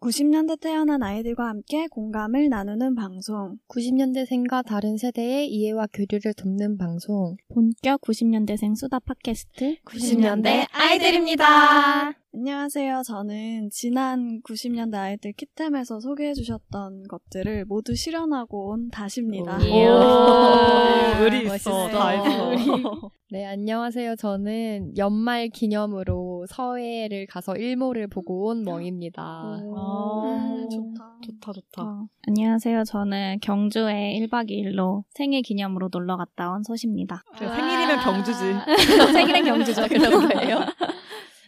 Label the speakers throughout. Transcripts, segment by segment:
Speaker 1: 90년대 태어난 아이들과 함께 공감을 나누는 방송.
Speaker 2: 90년대생과 다른 세대의 이해와 교류를 돕는 방송.
Speaker 3: 본격 90년대생 수다 팟캐스트
Speaker 1: 90년대 어,
Speaker 2: 아이들입니다.
Speaker 1: 안녕하세요. 저는 지난 90년대 아이들 키템에서 소개해 주셨던 것들을 모두 실현하고 온 다시입니다.
Speaker 2: 오. 오,
Speaker 4: 의리 있어.
Speaker 2: 멋있어.
Speaker 4: 다 있어.
Speaker 2: 네, 안녕하세요. 저는 연말 기념으로 서해를 가서 일몰을 보고 온 멍입니다.
Speaker 1: 음, 좋다.
Speaker 4: 좋다, 좋다.
Speaker 3: 안녕하세요. 저는 경주에 1박 2일로 생일 기념으로 놀러 갔다 온 소시입니다.
Speaker 4: 그래, 생일이면 경주지.
Speaker 3: 아.
Speaker 4: 네,
Speaker 3: 생일은
Speaker 2: 네,
Speaker 3: 경주죠.
Speaker 2: 그런 거예요?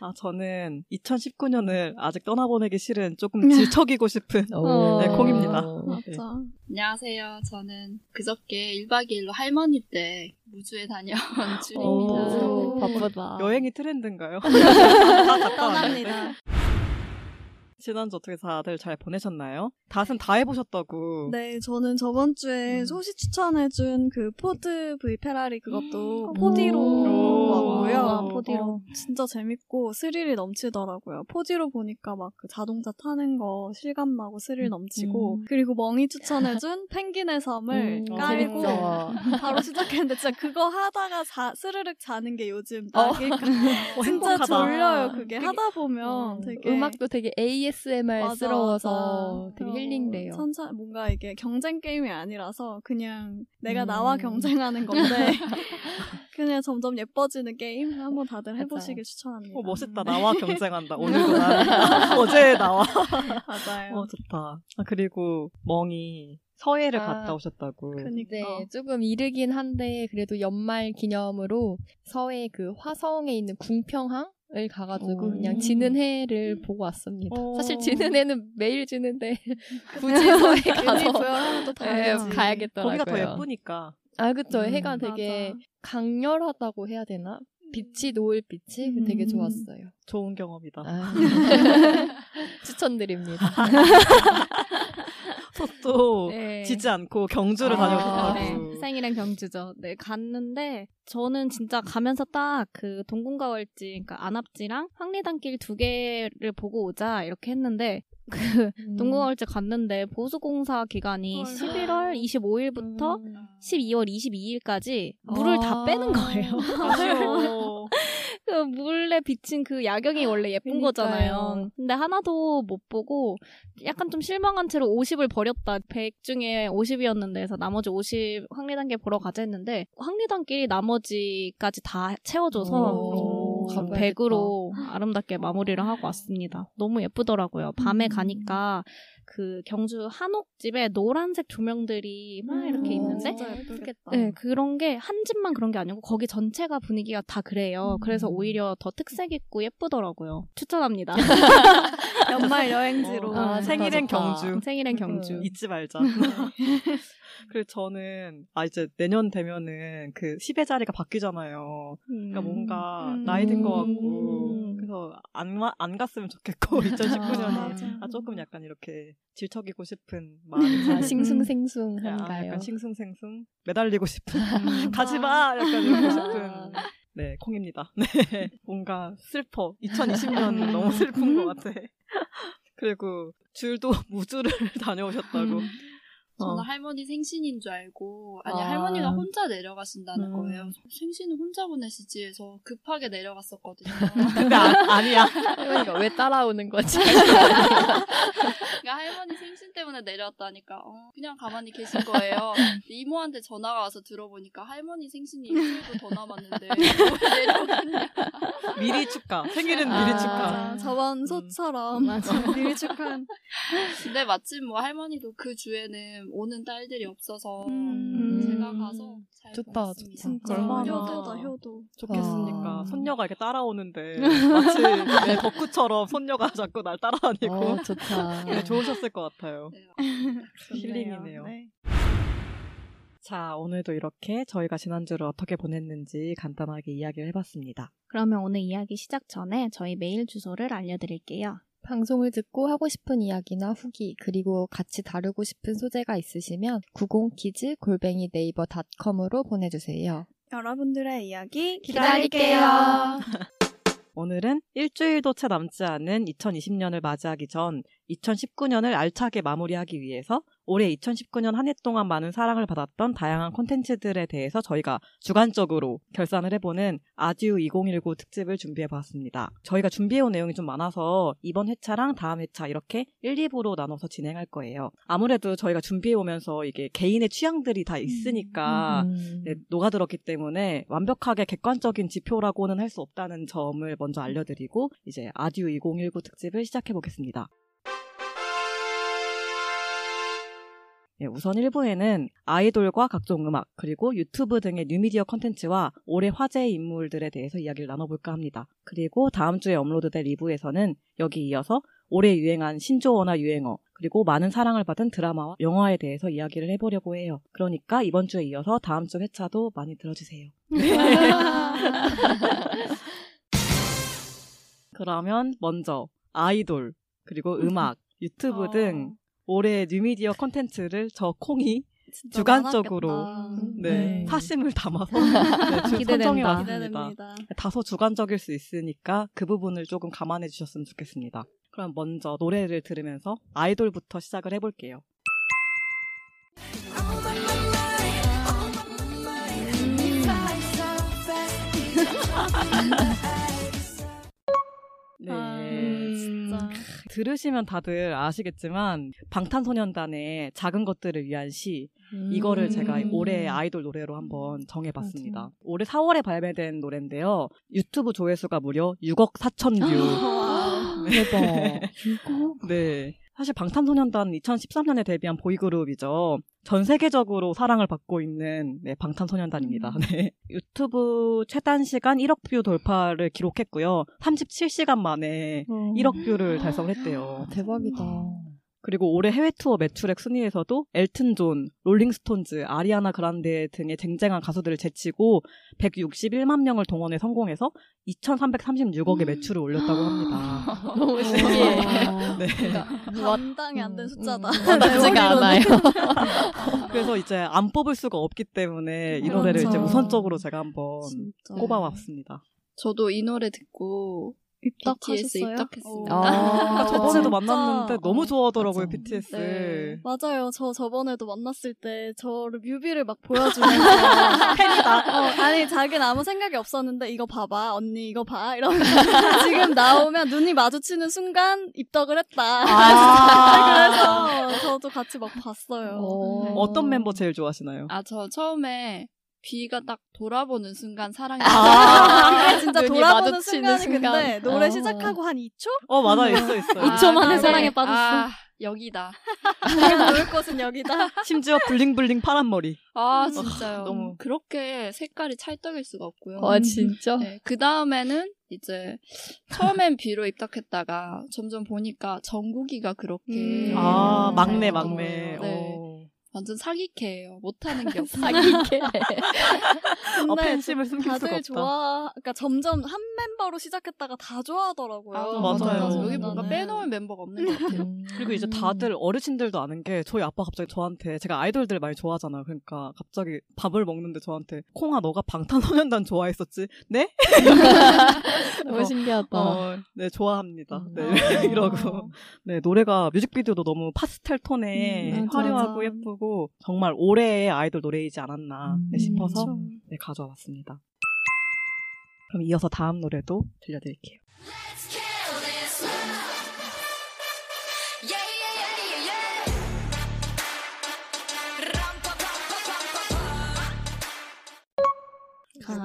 Speaker 4: 아, 저는 2019년을 아직 떠나보내기 싫은 조금 질척이고 싶은.
Speaker 2: 오.
Speaker 3: 어.
Speaker 4: 네, 콩입니다.
Speaker 1: 맞죠.
Speaker 2: 네.
Speaker 5: 안녕하세요. 저는 그저께 1박 2일로 할머니 댁 무주에 다녀온
Speaker 2: 어.
Speaker 5: 줄입니다.
Speaker 3: 어.
Speaker 2: 오, 바쁘다.
Speaker 4: 여행이 트렌드인가요? 다 갔다 왔네.
Speaker 1: 떠납니다.
Speaker 4: 지난주 어떻게 다들 잘 보내셨나요? 닷은 다 해보셨다고.
Speaker 1: 네, 저는 저번 주에
Speaker 4: 음.
Speaker 1: 소시 추천해준 그 포드 V 페라리 그것도 어,
Speaker 2: 음.
Speaker 1: 포디로
Speaker 4: 오.
Speaker 1: 왔고요.
Speaker 4: 와,
Speaker 3: 포디로.
Speaker 1: 어, 진짜 재밌고 스릴이 넘치더라고요. 포디로 보니까 막 그 자동차 타는 거 실감 나고 스릴 넘치고
Speaker 3: 음.
Speaker 1: 그리고 멍이 추천해준 펭귄의 섬을
Speaker 2: 음,
Speaker 1: 깔고
Speaker 2: 재밌어.
Speaker 1: 바로 시작했는데 진짜 그거 하다가 자, 스르륵 자는 게 요즘 딱 일까-
Speaker 4: 어,
Speaker 1: 진짜
Speaker 4: 행복하다.
Speaker 1: 졸려요. 그게
Speaker 2: 그게-
Speaker 1: 하다 보면 어, 되게
Speaker 2: 어. 음악도 되게 ASMR스러워서
Speaker 1: 맞아.
Speaker 2: 되게
Speaker 1: 어,
Speaker 2: 힐링돼요.
Speaker 1: 천천 뭔가 이게 경쟁 게임이 아니라서 그냥 내가
Speaker 2: 음.
Speaker 1: 나와 경쟁하는 건데 그냥 점점 예뻐지는 게임 한번 다들 해보시길 추천합니다. 음,
Speaker 4: 어, 멋있다. 나와 경쟁한다. 오늘도 나. 어제 나와.
Speaker 1: 맞아요.
Speaker 4: 어, 좋다. 아, 그리고 멍이 서해를
Speaker 2: 아,
Speaker 4: 갔다 오셨다고.
Speaker 1: 그니까
Speaker 2: 네, 조금 이르긴 한데 그래도 연말 기념으로 서해 그 화성에 있는 궁평항을 가가지고
Speaker 4: 오.
Speaker 2: 그냥 지는 해를 보고 왔습니다.
Speaker 4: 오.
Speaker 2: 사실 지는 해는 매일 지는데 굳이 서해
Speaker 1: 괜히
Speaker 2: 가서
Speaker 1: 부여하면 또
Speaker 2: 예,
Speaker 1: 다르지.
Speaker 2: 가야겠더라고요.
Speaker 4: 거기가 더 예쁘니까.
Speaker 2: 아 그쵸
Speaker 4: 음,
Speaker 2: 해가 되게
Speaker 1: 맞아.
Speaker 2: 강렬하다고 해야 되나? 빛이 노을 빛이 그
Speaker 3: 음.
Speaker 2: 되게 좋았어요.
Speaker 4: 좋은 경험이다.
Speaker 2: 아. 추천드립니다.
Speaker 4: 속도
Speaker 3: 네.
Speaker 4: 지지 않고 경주를
Speaker 2: 아,
Speaker 4: 다녀오셨다고.
Speaker 3: 네, 생일은 경주죠. 네, 갔는데 저는 진짜 가면서 딱 그 동궁과 월지, 그러니까 안압지랑 황리단길 두 개를 보고 오자 이렇게 했는데 그
Speaker 4: 음.
Speaker 3: 동궁과 월지 갔는데 보수공사 기간이
Speaker 1: 헐.
Speaker 3: 11월 25일부터
Speaker 2: 음.
Speaker 3: 12월 22일까지 물을 다
Speaker 2: 아.
Speaker 3: 빼는 거예요.
Speaker 4: 아쉬워.
Speaker 3: 그 물에 비친 그 야경이 원래 예쁜
Speaker 2: 그러니까요.
Speaker 3: 거잖아요. 근데 하나도 못 보고 약간 좀 실망한 채로 50을 버렸다. 100 중에 50이었는데 해서 나머지 50 황리단길 보러 가자 했는데 황리단길이 나머지까지 다 채워줘서
Speaker 2: 오,
Speaker 3: 음,
Speaker 2: 가봐야겠다.
Speaker 3: 100으로 아름답게 마무리를 하고 왔습니다. 너무 예쁘더라고요.
Speaker 2: 음.
Speaker 3: 밤에 가니까 그 경주 한옥집에 노란색 조명들이 막 이렇게
Speaker 1: 음,
Speaker 3: 있는데
Speaker 1: 진짜 예쁘겠다.
Speaker 3: 네, 그런 게 한 집만 그런 게 아니고 거기 전체가 분위기가 다 그래요. 그래서 오히려 더 특색 있고 예쁘더라고요. 추천합니다.
Speaker 1: 연말 여행지로
Speaker 3: 어,
Speaker 2: 좋다,
Speaker 4: 생일엔
Speaker 2: 아, 좋다.
Speaker 4: 경주. 그
Speaker 3: 생일엔 경주.
Speaker 4: 잊지 말자. 그리고 저는 아 이제 내년 되면은 그 10의 자리가 바뀌잖아요. 그러니까 뭔가
Speaker 1: 음.
Speaker 4: 나이 든 거 같고
Speaker 3: 음.
Speaker 4: 그래서 안, 와- 안 갔으면 좋겠고 2019년에
Speaker 1: 맞아.
Speaker 4: 아 조금 약간 이렇게 질척이고 싶은 마음이
Speaker 2: 아,
Speaker 1: 음.
Speaker 4: 아,
Speaker 2: 싱숭생숭한가요?
Speaker 4: 약간 싱숭생숭 음. 매달리고 싶은
Speaker 2: 아.
Speaker 4: 가지마 약간 이러고 싶은 네 콩입니다. 네 뭔가 슬퍼 2020년
Speaker 2: 음.
Speaker 4: 너무 슬픈 것 같아. 그리고 줄도 무주를 다녀오셨다고.
Speaker 3: 음.
Speaker 4: 어.
Speaker 5: 저는 할머니 생신인 줄 알고 아니
Speaker 2: 아.
Speaker 5: 할머니가 혼자 내려가신다는
Speaker 4: 음.
Speaker 5: 거예요. 생신은 혼자 보내시지 해서 급하게 내려갔었거든요.
Speaker 4: 근데 아, 니야
Speaker 2: 그러니까 왜 따라오는 거지?
Speaker 5: 그러니까 할머니 생신 때문에 내려왔다니까 어, 그냥 가만히 계신 거예요. 근데 이모한테 전화가 와서 들어보니까 할머니 생신이 일주일도 더 남았는데 왜 내려갔냐.
Speaker 4: 미리 축가. 생일은
Speaker 2: 아.
Speaker 4: 미리 음. 축가.
Speaker 1: 맞아. 저번 소처럼 미리
Speaker 2: 음,
Speaker 1: 축한
Speaker 5: 근데 마침 뭐 할머니도 그 주에는 오는 딸들이 없어서
Speaker 1: 음.
Speaker 5: 제가 가서 잘
Speaker 2: 좋다,
Speaker 5: 보냈습니다.
Speaker 2: 좋다.
Speaker 1: 진짜
Speaker 4: 얼마나.
Speaker 1: 효도다 효도.
Speaker 4: 좋겠으니까
Speaker 2: 아.
Speaker 4: 손녀가 이렇게 따라오는데 마치 내 덕후처럼 손녀가 자꾸 날 따라다니고
Speaker 2: 어, 좋다.
Speaker 4: 네, 좋으셨을 것 같아요.
Speaker 5: 네.
Speaker 1: 좋네요.
Speaker 4: 힐링이네요.
Speaker 1: 네.
Speaker 4: 자, 오늘도 이렇게 저희가 지난주를 어떻게 보냈는지 간단하게 이야기를 해봤습니다.
Speaker 3: 그러면 오늘 이야기 시작 전에 저희 메일 주소를 알려드릴게요.
Speaker 2: 방송을 듣고 하고 싶은 이야기나 후기 그리고 같이 다루고 싶은 소재가 있으시면 90키즈 골뱅이 네이버 닷컴으로 보내주세요.
Speaker 1: 여러분들의 이야기
Speaker 2: 기다릴게요.
Speaker 4: 오늘은 일주일도 채 남지 않은 2020년을 맞이하기 전 2019년을 알차게 마무리하기 위해서 올해 2019년 한 해 동안 많은 사랑을 받았던 다양한 콘텐츠들에 대해서 저희가 주관적으로 결산을 해보는 아듀 2019 특집을 준비해봤습니다. 저희가 준비해온 내용이 좀 많아서 이번 회차랑 다음 회차 이렇게 1, 2부로 나눠서 진행할 거예요. 아무래도 저희가 준비해오면서 이게 개인의 취향들이 다 있으니까
Speaker 2: 음.
Speaker 4: 네, 녹아들었기 때문에 완벽하게 객관적인 지표라고는 할 수 없다는 점을 먼저 알려드리고 이제 아듀 2019 특집을 시작해 보겠습니다. 예, 우선 1부에는 아이돌과 각종 음악, 그리고 유튜브 등의 뉴미디어 컨텐츠와 올해 화제의 인물들에 대해서 이야기를 나눠볼까 합니다. 그리고 다음 주에 업로드될 2부에서는 여기 이어서 올해 유행한 신조어나 유행어, 그리고 많은 사랑을 받은 드라마와 영화에 대해서 이야기를 해보려고 해요. 그러니까 이번 주에 이어서 다음 주 회차도 많이 들어주세요. 그러면 먼저 아이돌, 그리고 음악,
Speaker 6: 어.
Speaker 4: 유튜브 등 올해 뉴미디어 컨텐츠를 저 콩이
Speaker 1: 진짜
Speaker 4: 주관적으로.
Speaker 3: 아.
Speaker 1: 많았겠다.
Speaker 4: 네,
Speaker 2: 네.
Speaker 4: 사심을 담아서 네, 주-
Speaker 3: 기대된다.
Speaker 4: 선정해 왔습니다.
Speaker 1: 기대됩니다.
Speaker 4: 다소 주관적일 수 있으니까 그 부분을 조금 감안해 주셨으면 좋겠습니다. 그럼 먼저 노래를 들으면서 아이돌부터 시작을 해볼게요. 네.
Speaker 1: 아,
Speaker 3: 음.
Speaker 1: 진짜.
Speaker 4: 들으시면 다들 아시겠지만 방탄소년단의 작은 것들을 위한 시
Speaker 2: 음.
Speaker 4: 이거를 제가 올해 아이돌 노래로 한번 정해봤습니다. 올해 4월에 발매된 노래인데요. 유튜브 조회수가 무려 6억 4천 뷰.
Speaker 2: 대박.
Speaker 4: 네. 사실 방탄소년단 2013년에 데뷔한 보이그룹이죠. 전 세계적으로 사랑을 받고 있는 네,
Speaker 3: 음.
Speaker 4: 방탄소년단입니다. 네. 유튜브 최단 시간 1억 뷰 돌파를 기록했고요. 37시간 만에
Speaker 3: 어.
Speaker 4: 1억 뷰를 달성했대요.
Speaker 2: 대박이다.
Speaker 4: 그리고 올해 해외 투어 매출액 순위에서도 엘튼 존, 롤링스톤즈, 아리아나 그란데 등의 쟁쟁한 가수들을 제치고 161만 명을 동원해 성공해서 2,336억의 매출을 올렸다고 합니다.
Speaker 3: 음. 너무 예.
Speaker 4: 네.
Speaker 1: 감당이 안
Speaker 3: 음,
Speaker 2: 음,
Speaker 1: 된 숫자다. 음.
Speaker 2: 맞지가 않아요.
Speaker 4: 그래서 이제 안 뽑을 수가 없기 때문에 이
Speaker 1: 그렇죠.
Speaker 4: 노래를 이제 우선적으로 제가 한번
Speaker 1: 진짜.
Speaker 4: 꼽아왔습니다.
Speaker 5: 저도 이 노래 듣고 BTS
Speaker 1: 입덕하셨어요?
Speaker 2: 아,
Speaker 5: 입덕했습니다.
Speaker 1: 어.
Speaker 4: 그러니까 저번에도
Speaker 1: 진짜.
Speaker 4: 만났는데 너무 좋아하더라고요,
Speaker 2: 맞아.
Speaker 4: BTS.
Speaker 5: 네.
Speaker 3: 음.
Speaker 1: 맞아요. 저 저번에도 만났을 때 저를 뮤비를 막 보여주면서 팬이다. 어, 아니 자기는 아무 생각이 없었는데 이거 봐봐 언니 이거 봐 이러면 지금 나오면 눈이 마주치는 순간 입덕을 했다.
Speaker 3: 아.
Speaker 1: 그래서 저도 같이 막 봤어요.
Speaker 4: 네. 어떤 멤버 제일 좋아하시나요?
Speaker 5: 아, 저 처음에 비가 딱 돌아보는 순간 사랑이
Speaker 1: 그게 진짜
Speaker 3: 아. 눈이
Speaker 1: 돌아보는
Speaker 3: 마주치는
Speaker 1: 순간이 근데
Speaker 3: 순간.
Speaker 1: 노래
Speaker 2: 어.
Speaker 1: 시작하고 한 2초?
Speaker 4: 어, 맞아, 있어, 있어요.
Speaker 3: 아, 2초 만에
Speaker 5: 그래.
Speaker 3: 사랑에 빠졌어.
Speaker 5: 아, 여기다.
Speaker 1: 그냥 놀 곳은 여기다.
Speaker 4: 심지어 블링블링 파란 머리.
Speaker 5: 아, 진짜요.
Speaker 4: 너무.
Speaker 5: 그렇게 색깔이 찰떡일 수가 없고요.
Speaker 3: 와 아, 진짜.
Speaker 5: 네, 그 다음에는 이제 처음엔 B로 입덕했다가 점점 보니까 정국이가 그렇게
Speaker 1: 네.
Speaker 3: 음.
Speaker 4: 아,
Speaker 3: 음,
Speaker 4: 막내,
Speaker 5: 잘
Speaker 4: 막내.
Speaker 5: 나와요. 네.
Speaker 4: 어.
Speaker 5: 완전 사기캐예요. 못하는 게
Speaker 6: 아,
Speaker 5: 없어요.
Speaker 3: 사기캐.
Speaker 4: 어,
Speaker 1: 근데
Speaker 4: 팬심을 숨길 수가 없다.
Speaker 1: 다들 좋아. 그러니까 점점 한 멤버로 시작했다가 다 좋아하더라고요.
Speaker 5: 아,
Speaker 4: 맞아요.
Speaker 5: 여기 뭔가 빼놓을 멤버가 없는 것 같아요.
Speaker 2: 음.
Speaker 4: 그리고 이제 다들 어르신들도 아는 게 저희 아빠 갑자기 저한테 제가 아이돌들 많이 좋아하잖아요. 그러니까 갑자기 밥을 먹는데 저한테 콩아 너가 방탄소년단 좋아했었지? 네?
Speaker 2: 너무 신기하다.
Speaker 4: 어, 네 좋아합니다. 네
Speaker 1: 아.
Speaker 4: 이러고 네 노래가 뮤직비디오도 너무 파스텔 톤에
Speaker 2: 음, 맞아,
Speaker 4: 화려하고
Speaker 1: 맞아.
Speaker 4: 예쁘고 정말 올해의 아이돌 노래이지 않았나
Speaker 2: 음,
Speaker 4: 네, 싶어서
Speaker 1: 그쵸.
Speaker 4: 네, 가져와봤습니다. 그럼 이어서 다음 노래도 들려드릴게요.
Speaker 3: 너무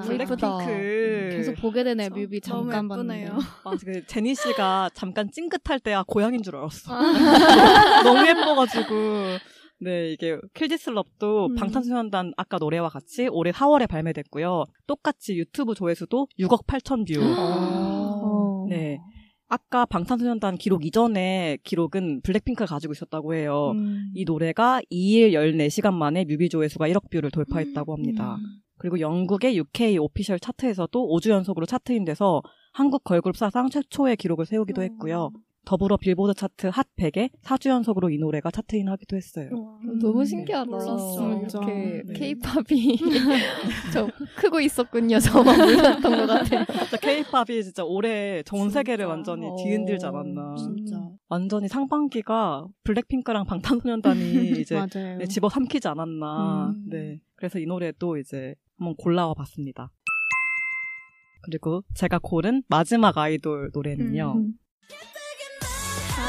Speaker 3: 예쁘다. 음,
Speaker 4: 블랙핑크
Speaker 3: 계속 보게 되네
Speaker 1: 그쵸.
Speaker 3: 뮤비
Speaker 1: 너무
Speaker 3: 잠깐 봤는데.
Speaker 1: 예쁘네요.
Speaker 4: 아, 그 제니 씨가 잠깐 찡긋할 때야 고양인 줄 알았어. 너무 예뻐가지고. 네, 이게 킬디스 럽도
Speaker 1: 음.
Speaker 4: 방탄소년단 아까 노래와 같이 올해 4월에 발매됐고요. 똑같이 유튜브 조회수도 6억 8천 뷰.
Speaker 2: 음.
Speaker 3: 어.
Speaker 4: 네. 아까 방탄소년단 기록 이전에 기록은 블랙핑크가 가지고 있었다고 해요. 이 노래가 2일 14시간 만에 뮤비 조회수가 1억 뷰를 돌파했다고 합니다. 그리고 영국의 UK 오피셜 음. 차트에서도 5주 연속으로 차트인돼서 한국 걸그룹 사상 최초의 기록을 세우기도 했고요. 더불어 빌보드 차트 핫 100에 4주 연속으로 이 노래가 차트인하기도 했어요.
Speaker 2: 너무 신기하다.
Speaker 1: 몰랐어.
Speaker 2: 이렇게
Speaker 4: 음. 네.
Speaker 2: 케이팝이 저 크고 있었군요. 저만 몰랐던 것 같아요.
Speaker 4: 진짜 케이팝이 진짜 올해 전 세계를 완전히
Speaker 2: 어.
Speaker 4: 뒤흔들지 않았나.
Speaker 5: 진짜.
Speaker 2: 음.
Speaker 4: 완전히 상반기가 블랙핑크랑 방탄소년단이 이제
Speaker 3: 맞아요.
Speaker 4: 네, 집어삼키지 않았나.
Speaker 5: 음.
Speaker 4: 네. 그래서 이 노래도 이제 한번 골라와 봤습니다. 그리고 제가 고른 마지막 아이돌 노래는요.
Speaker 3: 음.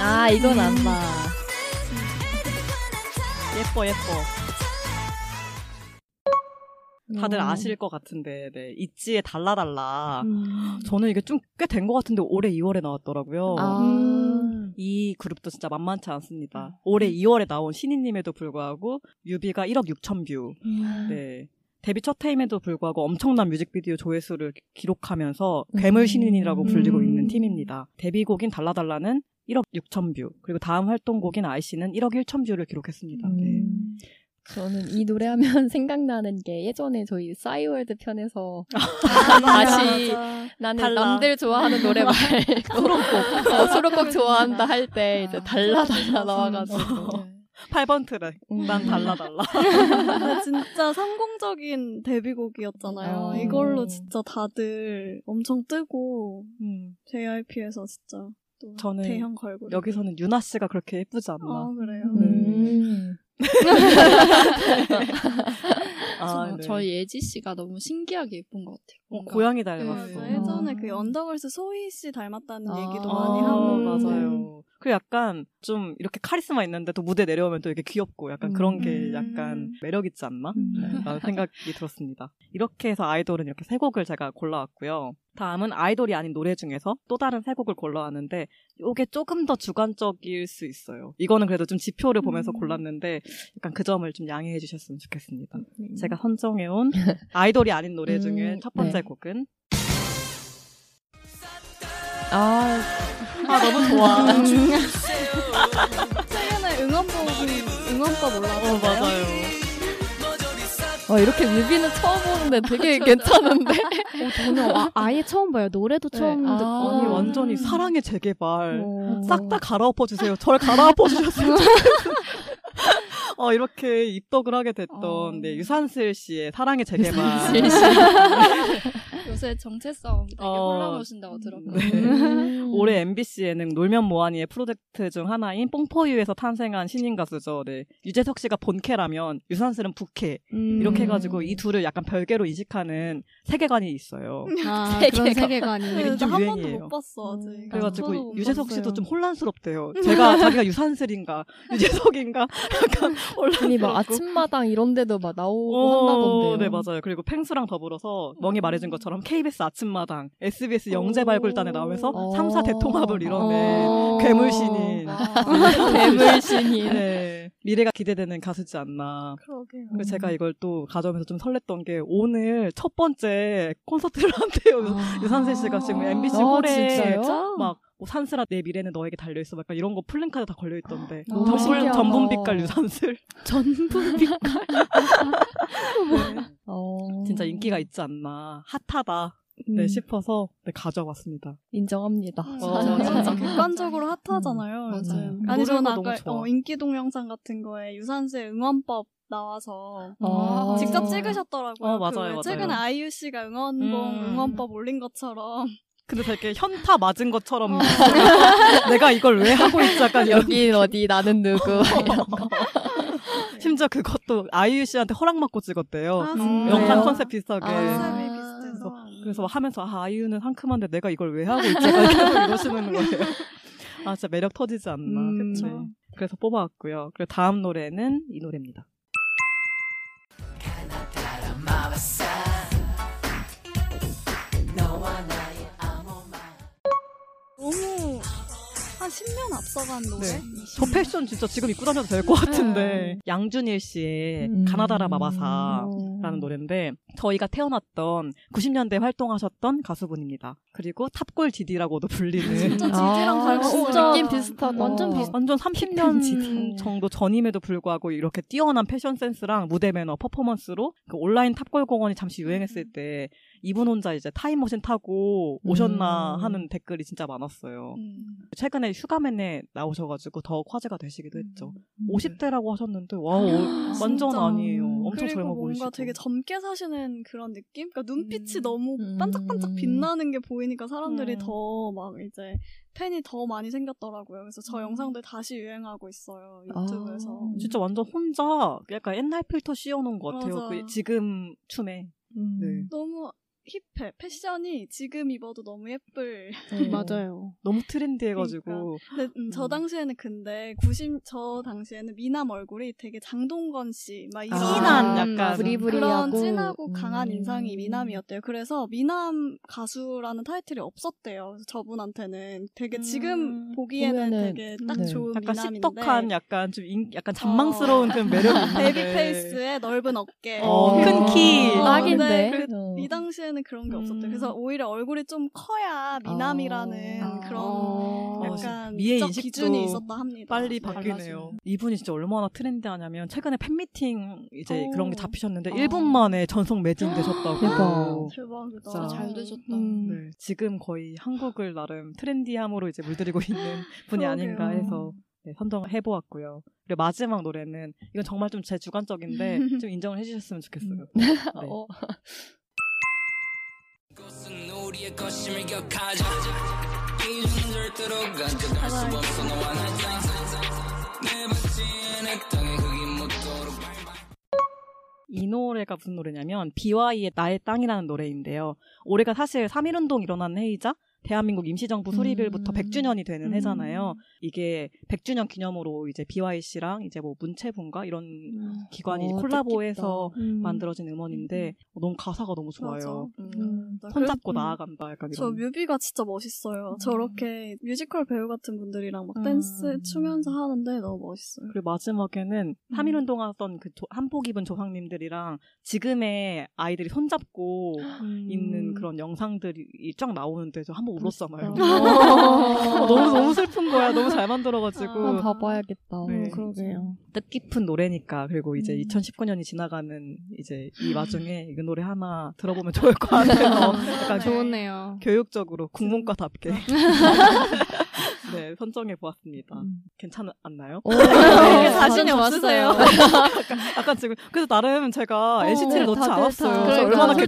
Speaker 2: 아 이건 안다.
Speaker 4: 예뻐 예뻐. 다들 아실 것 같은데 네. 있지의 달라 달라.
Speaker 3: 음.
Speaker 4: 저는 이게 좀 꽤 된 것 같은데 올해 2월에 나왔더라고요.
Speaker 2: 아.
Speaker 1: 음.
Speaker 4: 이 그룹도 진짜 만만치 않습니다. 올해 2월에 나온 신인님에도 불구하고 뮤비가 1억 6천 뷰. 네. 데뷔 첫 해임에도 불구하고 엄청난 뮤직비디오 조회수를 기- 기록하면서
Speaker 2: 음.
Speaker 4: 괴물 신인이라고 불리고
Speaker 3: 음.
Speaker 4: 있는 팀입니다. 데뷔곡인 달라달라는 1억 6천 뷰, 그리고 다음 활동곡인 아이씨는 1억 1천 뷰를 기록했습니다. 네.
Speaker 2: 음. 저는 이 노래하면 생각나는 게 예전에 저희 싸이월드 편에서 다시 나는
Speaker 4: 달라.
Speaker 2: 남들 좋아하는 노래 말고 수록곡 어, 수록곡 좋아한다 할 때 이제 달라 달라 나와가지고
Speaker 4: 8번 트랙, 난
Speaker 2: 음.
Speaker 4: 달라달라.
Speaker 1: 근데 진짜 성공적인 데뷔곡이었잖아요.
Speaker 2: 어.
Speaker 1: 이걸로 진짜 다들 엄청 뜨고 JYP에서 진짜 또
Speaker 4: 저는
Speaker 1: 대형 걸고
Speaker 4: 여기서는 유나 씨가 그렇게 예쁘지 않나.
Speaker 1: 아 그래요.
Speaker 2: 음.
Speaker 4: 아, 네.
Speaker 5: 저 예지 씨가 너무 신기하게 예쁜 것 같아요.
Speaker 4: 어,
Speaker 5: 뭔가.
Speaker 4: 고양이
Speaker 1: 맞아.
Speaker 4: 닮았어.
Speaker 1: 예전에 그 언더걸스 소희 씨 닮았다는
Speaker 2: 아.
Speaker 1: 얘기도 많이 하고
Speaker 4: 아,
Speaker 3: 하고.
Speaker 4: 맞아요. 그리고 약간 좀 이렇게 카리스마 있는데 또 무대 내려오면 또 이렇게 귀엽고 약간 그런 게
Speaker 1: 음.
Speaker 4: 약간 매력 있지 않나?
Speaker 2: 음.
Speaker 4: 라는 생각이 들었습니다. 이렇게 해서 아이돌은 이렇게 세 곡을 제가 골라왔고요. 다음은 아이돌이 아닌 노래 중에서 또 다른 세 곡을 골라왔는데 이게 조금 더 주관적일 수 있어요. 이거는 그래도 좀 지표를 보면서 골랐는데 약간 그 점을 좀 양해해 주셨으면 좋겠습니다. 제가 선정해온 아이돌이 아닌 노래 중에
Speaker 2: 음,
Speaker 4: 첫
Speaker 2: 네.
Speaker 4: 번째 곡은
Speaker 2: 아
Speaker 4: 아 너무 좋아.
Speaker 1: 최근에 응원법이 응원법 올라왔어요.
Speaker 4: 어 맞아요.
Speaker 2: 와, 어, 이렇게 뮤비는 처음 보는데
Speaker 3: 아,
Speaker 2: 되게 괜찮은데?
Speaker 3: 저는 아, 아예 처음 봐요. 노래도 처음
Speaker 2: 아.
Speaker 3: 듣고.
Speaker 4: 아니 완전히 사랑의 재개발.
Speaker 2: 어.
Speaker 4: 싹 다 갈아엎어 주세요. 저를 갈아엎어 주셨으면 좋겠어요. 어, 이렇게 입덕을 하게 됐던
Speaker 5: 어.
Speaker 4: 네, 유산슬 씨의 사랑의 재개발.
Speaker 5: 요새 정체성 되게
Speaker 4: 어.
Speaker 5: 혼란오신다고 들었고. 요
Speaker 4: 네. 올해 MBC 예능 놀면 뭐하니의 프로젝트 중 하나인 뽕포유에서 탄생한 신인 가수죠. 네. 유재석 씨가 본캐라면 유산슬은 부캐.
Speaker 3: 음.
Speaker 4: 이렇게 해가지고 이 둘을 약간 별개로 인식하는 세계관이 있어요.
Speaker 3: 아, 그런
Speaker 2: 세계관.
Speaker 3: 세계관이.
Speaker 1: 근데 네,
Speaker 4: 좀
Speaker 1: 한 번도
Speaker 4: 유행이에요. 음.
Speaker 1: 못 봤어 아직. 저도
Speaker 4: 그래가지고
Speaker 1: 못
Speaker 4: 유재석
Speaker 1: 봤어요.
Speaker 4: 씨도 좀 혼란스럽대요. 제가 자기가 유산슬인가 유재석인가 약간
Speaker 2: 아니, 막
Speaker 4: 혼란스럽고.
Speaker 2: 아침마당 이런 데도 막 나오고
Speaker 4: 오,
Speaker 2: 한다던데요.
Speaker 4: 네, 맞아요. 그리고 펭수랑 더불어서 멍이 말해준 것처럼 KBS 아침마당,
Speaker 2: 어.
Speaker 4: SBS 영재발굴단에 나오면서
Speaker 2: 오.
Speaker 4: 3사 대통합을 이뤄낸
Speaker 3: 어.
Speaker 4: 네. 괴물신인.
Speaker 2: 아, 괴물신이.
Speaker 4: 네. 미래가 기대되는 가수지 않나.
Speaker 1: 그러게요.
Speaker 4: 그리고
Speaker 2: 음.
Speaker 4: 제가 이걸 또 가져오면서 좀 설렜던 게 오늘 첫 번째 콘서트를 한대요. 유산세 씨가
Speaker 3: 어.
Speaker 4: 지금 MBC
Speaker 2: 아,
Speaker 4: 홀에
Speaker 2: 진짜요?
Speaker 4: 막 뭐, 산스라 내 미래는 너에게 달려있어. 막 약간 이런 거 플랜카드 다 걸려있던데.
Speaker 2: 아, 너무
Speaker 4: 전분,
Speaker 2: 신기하다.
Speaker 4: 전분빛깔 유산슬.
Speaker 3: 전분빛깔.
Speaker 2: 어.
Speaker 4: 네. 진짜 인기가 있지 않나. 핫하다. 네,
Speaker 2: 음,
Speaker 4: 싶어서 네, 가져왔습니다.
Speaker 2: 인정합니다. 음.
Speaker 4: 맞아,
Speaker 1: 아니요,
Speaker 4: 맞아.
Speaker 1: 진짜
Speaker 4: 음,
Speaker 1: 객관적으로 핫하잖아요.
Speaker 2: 맞아요.
Speaker 1: 요즘.
Speaker 4: 노래가
Speaker 1: 아니 저는
Speaker 4: 너무
Speaker 1: 아까
Speaker 4: 좋아.
Speaker 1: 어, 인기 동영상 같은 거에 유산슬 응원법 나와서
Speaker 2: 어.
Speaker 1: 아. 직접 찍으셨더라고요.
Speaker 4: 아.
Speaker 1: 그
Speaker 4: 어, 맞아요,
Speaker 1: 왜
Speaker 4: 맞아요.
Speaker 1: 최근에 아이유 씨가 응원봉
Speaker 4: 음.
Speaker 1: 응원법 올린 것처럼
Speaker 4: 근데 되게 현타 맞은 것처럼
Speaker 1: 어.
Speaker 4: 내가 이걸 왜 하고 있지 약간 이런
Speaker 2: 그러니까 여긴 어디, 나는 누구.
Speaker 4: 심지어 그것도 아이유 씨한테 허락받고 찍었대요
Speaker 1: 아,
Speaker 3: 음.
Speaker 1: 진짜요?
Speaker 4: 어, 영상
Speaker 2: 그래요?
Speaker 4: 컨셉 비슷하게
Speaker 2: 아.
Speaker 1: 컨셉이 비슷해서
Speaker 4: 그래서 막 하면서 아, 아이유는 상큼한데 내가 이걸 왜 하고 있지 약간 계속 이러시는 거예요 아 진짜 매력 터지지 않나
Speaker 3: 음.
Speaker 4: 네.
Speaker 1: 그쵸.
Speaker 4: 그래서 뽑아왔고요 그리고 다음 노래는 이 노래입니다
Speaker 1: 너무 한 10년 앞서간 노래.
Speaker 4: 네. 저
Speaker 1: 네.
Speaker 4: 패션 진짜 지금 입고 다녀도 될 것 같은데 양준일 씨의
Speaker 2: 음.
Speaker 4: 가나다라 마마사 라는 노래인데 저희가 태어났던 90년대 활동하셨던 가수분입니다. 그리고 탑골 디디라고도 불리는
Speaker 1: 진짜
Speaker 2: 아,
Speaker 1: 지지랑
Speaker 4: 어,
Speaker 1: 닮은
Speaker 2: 진짜
Speaker 1: 느낌
Speaker 2: 느낌 비슷하다.
Speaker 3: 완전 비슷-
Speaker 4: 완전
Speaker 1: 네.
Speaker 2: 지디.
Speaker 4: 30년 정도 전임에도 불구하고 이렇게 뛰어난 패션 센스랑 무대 매너, 퍼포먼스로 그 온라인 탑골 공원이 잠시
Speaker 1: 음.
Speaker 4: 유행했을 때 이분 혼자 이제 타임머신 타고 오셨나
Speaker 2: 음.
Speaker 4: 하는 댓글이 진짜 많았어요.
Speaker 1: 음.
Speaker 4: 최근에 슈가맨에 나오셔가지고 더욱 화제가 되시기도 했죠. 50대라고 하셨는데 와 완전
Speaker 1: 음. 아, 진짜.
Speaker 4: 아니에요. 엄청
Speaker 1: 그리고
Speaker 4: 젊어
Speaker 1: 뭔가
Speaker 4: 보이시고.
Speaker 1: 되게 젊게 사시는 그런 느낌? 그러니까 눈빛이
Speaker 3: 음.
Speaker 1: 너무
Speaker 2: 음.
Speaker 1: 반짝반짝 빛나는 게 보이니까 사람들이
Speaker 4: 음.
Speaker 1: 더 막 이제 팬이 더 많이 생겼더라고요. 그래서 저 영상들 다시 유행하고 있어요. 유튜브에서.
Speaker 2: 아.
Speaker 4: 진짜 완전 혼자 약간 옛날 필터 씌워놓은 것 같아요.
Speaker 1: 맞아.
Speaker 4: 그 지금 춤에.
Speaker 2: 음.
Speaker 4: 네.
Speaker 1: 너무 힙해. 패션이 지금 입어도 너무 예쁠.
Speaker 3: 맞아요.
Speaker 4: 너무 트렌디해가지고
Speaker 1: 근데 음, 저
Speaker 4: 음.
Speaker 1: 당시에는 근데 90, 저 당시에는 미남 얼굴이 되게 장동건 씨, 막 이런.
Speaker 4: 진한
Speaker 2: 아,
Speaker 4: 약간
Speaker 2: 부리부리하고
Speaker 1: 그런 진하고 강한
Speaker 2: 음.
Speaker 1: 인상이 미남이었대요. 그래서 미남 가수라는 타이틀이 없었대요. 그래서 저분한테는 되게 지금
Speaker 4: 음,
Speaker 1: 보기에는
Speaker 2: 보면은,
Speaker 1: 되게 딱
Speaker 2: 네.
Speaker 1: 좋은
Speaker 4: 약간 어.
Speaker 1: 미남인데 어,
Speaker 4: 씹덕한 약간 좀 인- 약간 잔망스러운 그런 매력이 있는데
Speaker 1: 베이비 페이스에 넓은 어깨,
Speaker 4: 어, 큰 키.
Speaker 1: 어,
Speaker 2: 딱인데.
Speaker 1: 근데 그-
Speaker 2: 어.
Speaker 1: 이 당시에는 그런 게 없었대요.
Speaker 4: 음.
Speaker 1: 그래서 오히려 얼굴이 좀 커야 미남이라는
Speaker 2: 아.
Speaker 1: 그런
Speaker 4: 어,
Speaker 1: 약간
Speaker 4: 미의
Speaker 1: 미적
Speaker 4: 인식도
Speaker 1: 기준이 있었다 합니다. 네.
Speaker 4: 빨리 바뀌네요. 이분이 진짜 얼마나 트렌디하냐면 최근에 팬미팅 이제
Speaker 1: 오.
Speaker 4: 그런 게 잡히셨는데
Speaker 1: 아.
Speaker 4: 1분 만에 전속 매진 되셨다고.
Speaker 2: 대박.
Speaker 1: 대박이다.
Speaker 4: 진짜
Speaker 5: 잘 되셨다.
Speaker 2: 음.
Speaker 1: 음.
Speaker 4: 네, 지금 거의 한국을 나름 트렌디함으로 이제 물들이고 있는 분이
Speaker 1: 그러게요.
Speaker 4: 아닌가 해서 네, 선정해 보았고요. 그리고 마지막 노래는 이건 정말 좀 제 주관적인데 좀 인정을 해주셨으면
Speaker 1: 음.
Speaker 4: 좋겠어요. 네.
Speaker 2: 어.
Speaker 7: 꽃은 우리의 거심을 격하자 이전 절대로 가져갈 수 없어 너와 나 내 박지의 땅에 흙이 묻도록
Speaker 4: 이 노래가 무슨 노래냐면 BY의 나의 땅이라는 노래인데요. 올해가 사실 3.1운동 일어난 해이자 대한민국 임시정부 수립일부터
Speaker 2: 음.
Speaker 4: 100주년이 되는
Speaker 1: 음.
Speaker 4: 해잖아요. 이게 100주년 기념으로 이제 BY씨랑 이제 뭐 문체부인가 이런 음, 기관이
Speaker 2: 어,
Speaker 4: 콜라보해서
Speaker 1: 음.
Speaker 4: 만들어진 음원인데 너무 가사가 너무
Speaker 1: 맞아.
Speaker 4: 좋아요.
Speaker 1: 음.
Speaker 4: 손잡고
Speaker 1: 음.
Speaker 4: 나아간다 약간
Speaker 1: 저
Speaker 4: 이런.
Speaker 1: 뮤비가 진짜 멋있어요. 저렇게 뮤지컬 배우 같은 분들이랑 막
Speaker 4: 음.
Speaker 1: 댄스 추면서 하는데 너무 멋있어요.
Speaker 4: 그리고 마지막에는 3.1운동 하던 그 조- 한복 입은 조상님들이랑 지금의 아이들이 손잡고 있는 그런 영상들이 쫙 나오는데 저 한번 울었잖아요. 어, 너무 너무 슬픈 거야. 너무
Speaker 2: 한번
Speaker 4: 잘
Speaker 3: 아.
Speaker 4: 만들어가지고
Speaker 2: 봐봐야겠다.
Speaker 4: 네. 음,
Speaker 3: 그러게요.
Speaker 4: 뜻깊은 노래니까 그리고 이제
Speaker 1: 음.
Speaker 4: 2019년이 지나가는 이제 이 와중에 이 노래 하나 들어보면 좋을 것 같아서 약간
Speaker 3: 좋네요.
Speaker 4: 교육적으로
Speaker 2: 음.
Speaker 4: 국문과답게 네 선정해 보았습니다.
Speaker 2: 음.
Speaker 4: 괜찮았나요?
Speaker 2: 오,
Speaker 3: 되게
Speaker 1: 자신이
Speaker 3: 자신이
Speaker 1: 없으세요.
Speaker 3: 왔어요.
Speaker 4: 약간 지금 그래서 나름 제가 NCT를 넣지
Speaker 2: 어, 네, 다들
Speaker 4: 않았어요.
Speaker 2: 다- 그러니까
Speaker 4: 그래서 얼마나
Speaker 3: 솔직히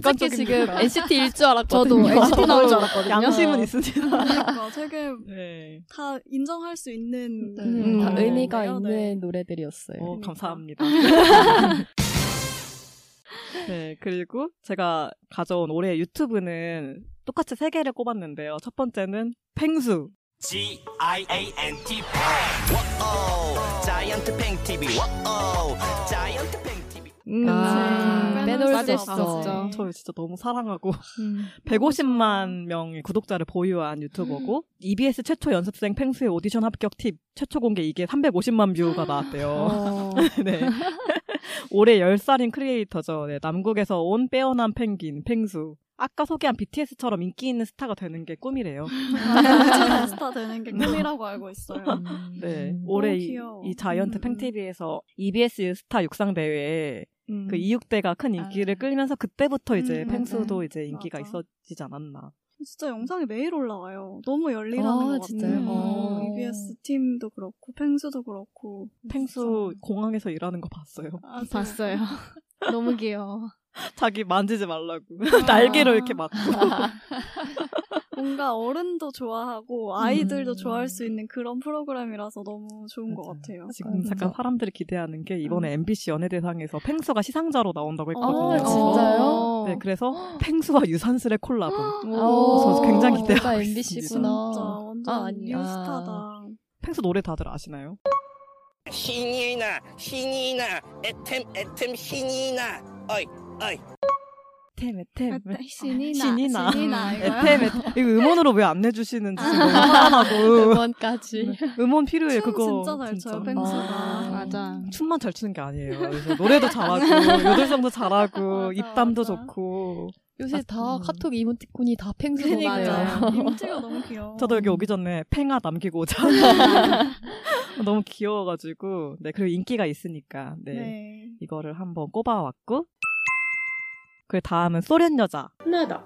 Speaker 3: 지금
Speaker 4: 객관적입니까?
Speaker 3: NCT일 줄 알았거든요.
Speaker 2: 저도 NCT 나올 줄 알았거든요.
Speaker 4: 양심은 있습니다.
Speaker 1: 그러니까 되게
Speaker 4: 네.
Speaker 1: 다 인정할 수 있는
Speaker 2: 네. 음,
Speaker 1: 그런
Speaker 2: 다
Speaker 1: 노래네요.
Speaker 2: 의미가
Speaker 1: 네.
Speaker 2: 있는 노래들이었어요.
Speaker 4: 음. 어,
Speaker 1: 그러니까.
Speaker 4: 감사합니다. 네, 그리고 제가 가져온 올해 유튜브는 똑같이 세 개를 꼽았는데요. 첫 번째는 펭수.
Speaker 7: G I A N T 자이언트 팽 TV 워오 자이언트 팽 TV
Speaker 3: 음,
Speaker 2: 아,
Speaker 1: 그치.
Speaker 2: 빼놓을 수
Speaker 1: 맞을
Speaker 2: 없어.
Speaker 1: 수 없죠.
Speaker 4: 저 진짜 너무 사랑하고
Speaker 3: 음.
Speaker 4: 150만 명의 구독자를 보유한
Speaker 1: 음.
Speaker 4: 유튜버고 EBS 최초 연습생 펭수의 오디션 합격 팁 최초 공개 이게 350만
Speaker 1: 아.
Speaker 4: 뷰가 나왔대요.
Speaker 2: 어,
Speaker 4: 네. 올해 10살인 크리에이터죠. 네, 남국에서 온 빼어난 펭귄, 펭수. 아까 소개한 BTS처럼 인기 있는 스타가 되는 게 꿈이래요.
Speaker 1: 아, 스타 되는 게 꿈이라고 알고 있어요.
Speaker 2: 음.
Speaker 4: 네.
Speaker 2: 음.
Speaker 4: 올해 이,
Speaker 1: 귀여워.
Speaker 4: 이 자이언트
Speaker 1: 음,
Speaker 4: 팽티비에서 E EBS 스타 육상 대회에
Speaker 1: 음. 아.
Speaker 4: 그 이육대가 큰 인기를 끌면서 그때부터 이제
Speaker 1: 음,
Speaker 4: 팽수도
Speaker 2: 맞아.
Speaker 4: 이제 인기가
Speaker 1: 맞아.
Speaker 4: 있어지지 않았나.
Speaker 1: 진짜 영상이 매일 올라와요. 너무 열일하는
Speaker 2: 아,
Speaker 1: 것
Speaker 2: 진짜요?
Speaker 1: 같아요.
Speaker 2: 어.
Speaker 1: EBS 팀도 그렇고 펭수도 그렇고
Speaker 4: 팽수 공항에서 일하는 거 봤어요.
Speaker 1: 아, 진짜.
Speaker 3: 봤어요. 너무 귀여워.
Speaker 4: 자기 만지지 말라고
Speaker 1: 아.
Speaker 4: 날개로 이렇게 막
Speaker 1: 뭔가 어른도 좋아하고 아이들도
Speaker 2: 음.
Speaker 1: 좋아할 수 있는 그런 프로그램이라서 너무 좋은 것
Speaker 4: 맞아요.
Speaker 1: 같아요.
Speaker 4: 지금
Speaker 2: 맞아.
Speaker 4: 잠깐 사람들이 기대하는 게 이번에 MBC 연예대상에서 팽수가 시상자로 나온다고
Speaker 2: 아,
Speaker 4: 했거든요.
Speaker 2: 진짜요? 어.
Speaker 4: 네, 그래서 팽수와 유산슬의 콜라보.
Speaker 1: 아.
Speaker 2: 오,
Speaker 4: 그래서 어, 굉장히
Speaker 1: 네.
Speaker 4: 기대하고
Speaker 2: 진짜
Speaker 4: 있습니다.
Speaker 2: MBC구나.
Speaker 1: 진짜 완전
Speaker 2: 아, 아니야.
Speaker 1: 뉴스타다.
Speaker 4: 팽수 노래 다들 아시나요?
Speaker 7: 신이 나 신이 나 애템 애템 신이 나 어이 어이
Speaker 4: 에템 에템
Speaker 1: 네. 신이 나.
Speaker 4: 신이 나. 네,
Speaker 1: 신이 나. 이거요?
Speaker 4: 에템 에템 이거 음원으로 왜 안 내주시는지 지금 너무 화나고 네,
Speaker 2: 음원까지.
Speaker 4: 음원 필요해
Speaker 1: 춤
Speaker 4: 그거
Speaker 1: 진짜 잘 춰요,
Speaker 4: 진짜.
Speaker 1: 펭수가.
Speaker 2: 아.
Speaker 3: 맞아.
Speaker 4: 춤만 잘 추는 게 아니에요. 그래서 노래도 잘하고 요들성도 잘하고
Speaker 1: 맞아,
Speaker 4: 입담도
Speaker 1: 맞아.
Speaker 4: 좋고
Speaker 2: 요새 다
Speaker 4: 음.
Speaker 2: 카톡 이모티콘이 다
Speaker 1: 네,
Speaker 2: 펭수거든요.
Speaker 1: 그니까요. 임지가 너무 귀여워.
Speaker 3: 음.
Speaker 4: 저도 여기 오기 전에 팽아 남기고 오자. 너무 귀여워가지고 네 그리고 인기가 있으니까 네,
Speaker 1: 네.
Speaker 4: 이거를 한번 꼽아왔고 그 다음은 소련 여자
Speaker 8: 나다.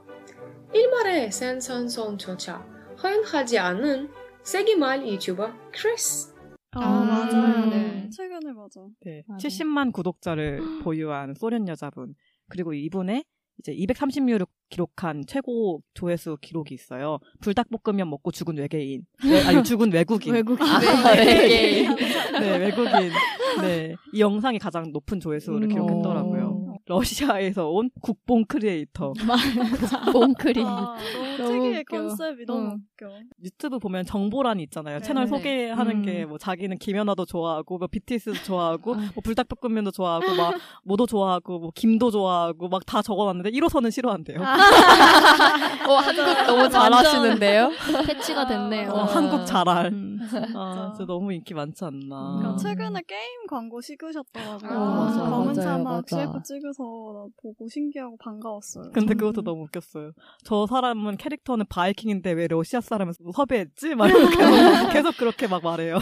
Speaker 8: 일말의 센선성조차 허용하지 않은 세기말 유튜버 크리스.
Speaker 1: 아,
Speaker 2: 음.
Speaker 1: 맞아요.
Speaker 2: 네.
Speaker 1: 최근에 맞아.
Speaker 4: 네,
Speaker 3: 맞아요.
Speaker 4: 70만 구독자를 보유한 소련 여자분 그리고 이분의 이제 236 기록한 최고 조회수 기록이 있어요. 불닭볶음면 먹고 죽은 외계인 네, 아니 죽은 외국인
Speaker 3: 외국인.
Speaker 2: 외계인.
Speaker 4: 네, 외국인. 네. 이 영상이 가장 높은 조회수를
Speaker 3: 음.
Speaker 4: 기록했더라고요.
Speaker 2: 어,
Speaker 4: 러시아에서 온 국뽕 크리에이터.
Speaker 2: 봉크리.
Speaker 1: 아, 너무
Speaker 3: 너무
Speaker 1: 특이해
Speaker 3: 웃겨.
Speaker 1: 컨셉이 너무
Speaker 3: 응.
Speaker 1: 웃겨.
Speaker 4: 유튜브 보면 정보란이 있잖아요. 채널
Speaker 1: 네.
Speaker 4: 소개하는
Speaker 3: 음.
Speaker 4: 게 뭐 자기는 김연아도 좋아하고, 뭐 BTS도 좋아하고,
Speaker 3: 아.
Speaker 4: 뭐 불닭볶음면도 좋아하고, 막 뭐도 좋아하고, 뭐 김도 좋아하고, 막 다 적어놨는데 1호선은 싫어한대요.
Speaker 1: 아,
Speaker 2: 어, 한국 너무 잘하시는데요?
Speaker 3: 패치가 됐네요.
Speaker 4: 어, 한국 잘알.
Speaker 3: 음.
Speaker 4: 아, 진짜 너무 인기 많지 않나.
Speaker 1: 그러니까
Speaker 3: 음.
Speaker 1: 최근에 게임 광고 찍으셨더라고요.
Speaker 3: 아, 맞아.
Speaker 1: 검은
Speaker 2: 맞아요,
Speaker 1: 사막
Speaker 2: 맞아.
Speaker 1: CF 찍어서 나 보고 신기하고 반가웠어요.
Speaker 4: 근데 그것도 너무 웃겼어요. 저 사람은 캐릭터는 바이킹인데 왜 러시아 사람을 섭외했지? 막 이렇게 계속, 계속 그렇게 막 말해요.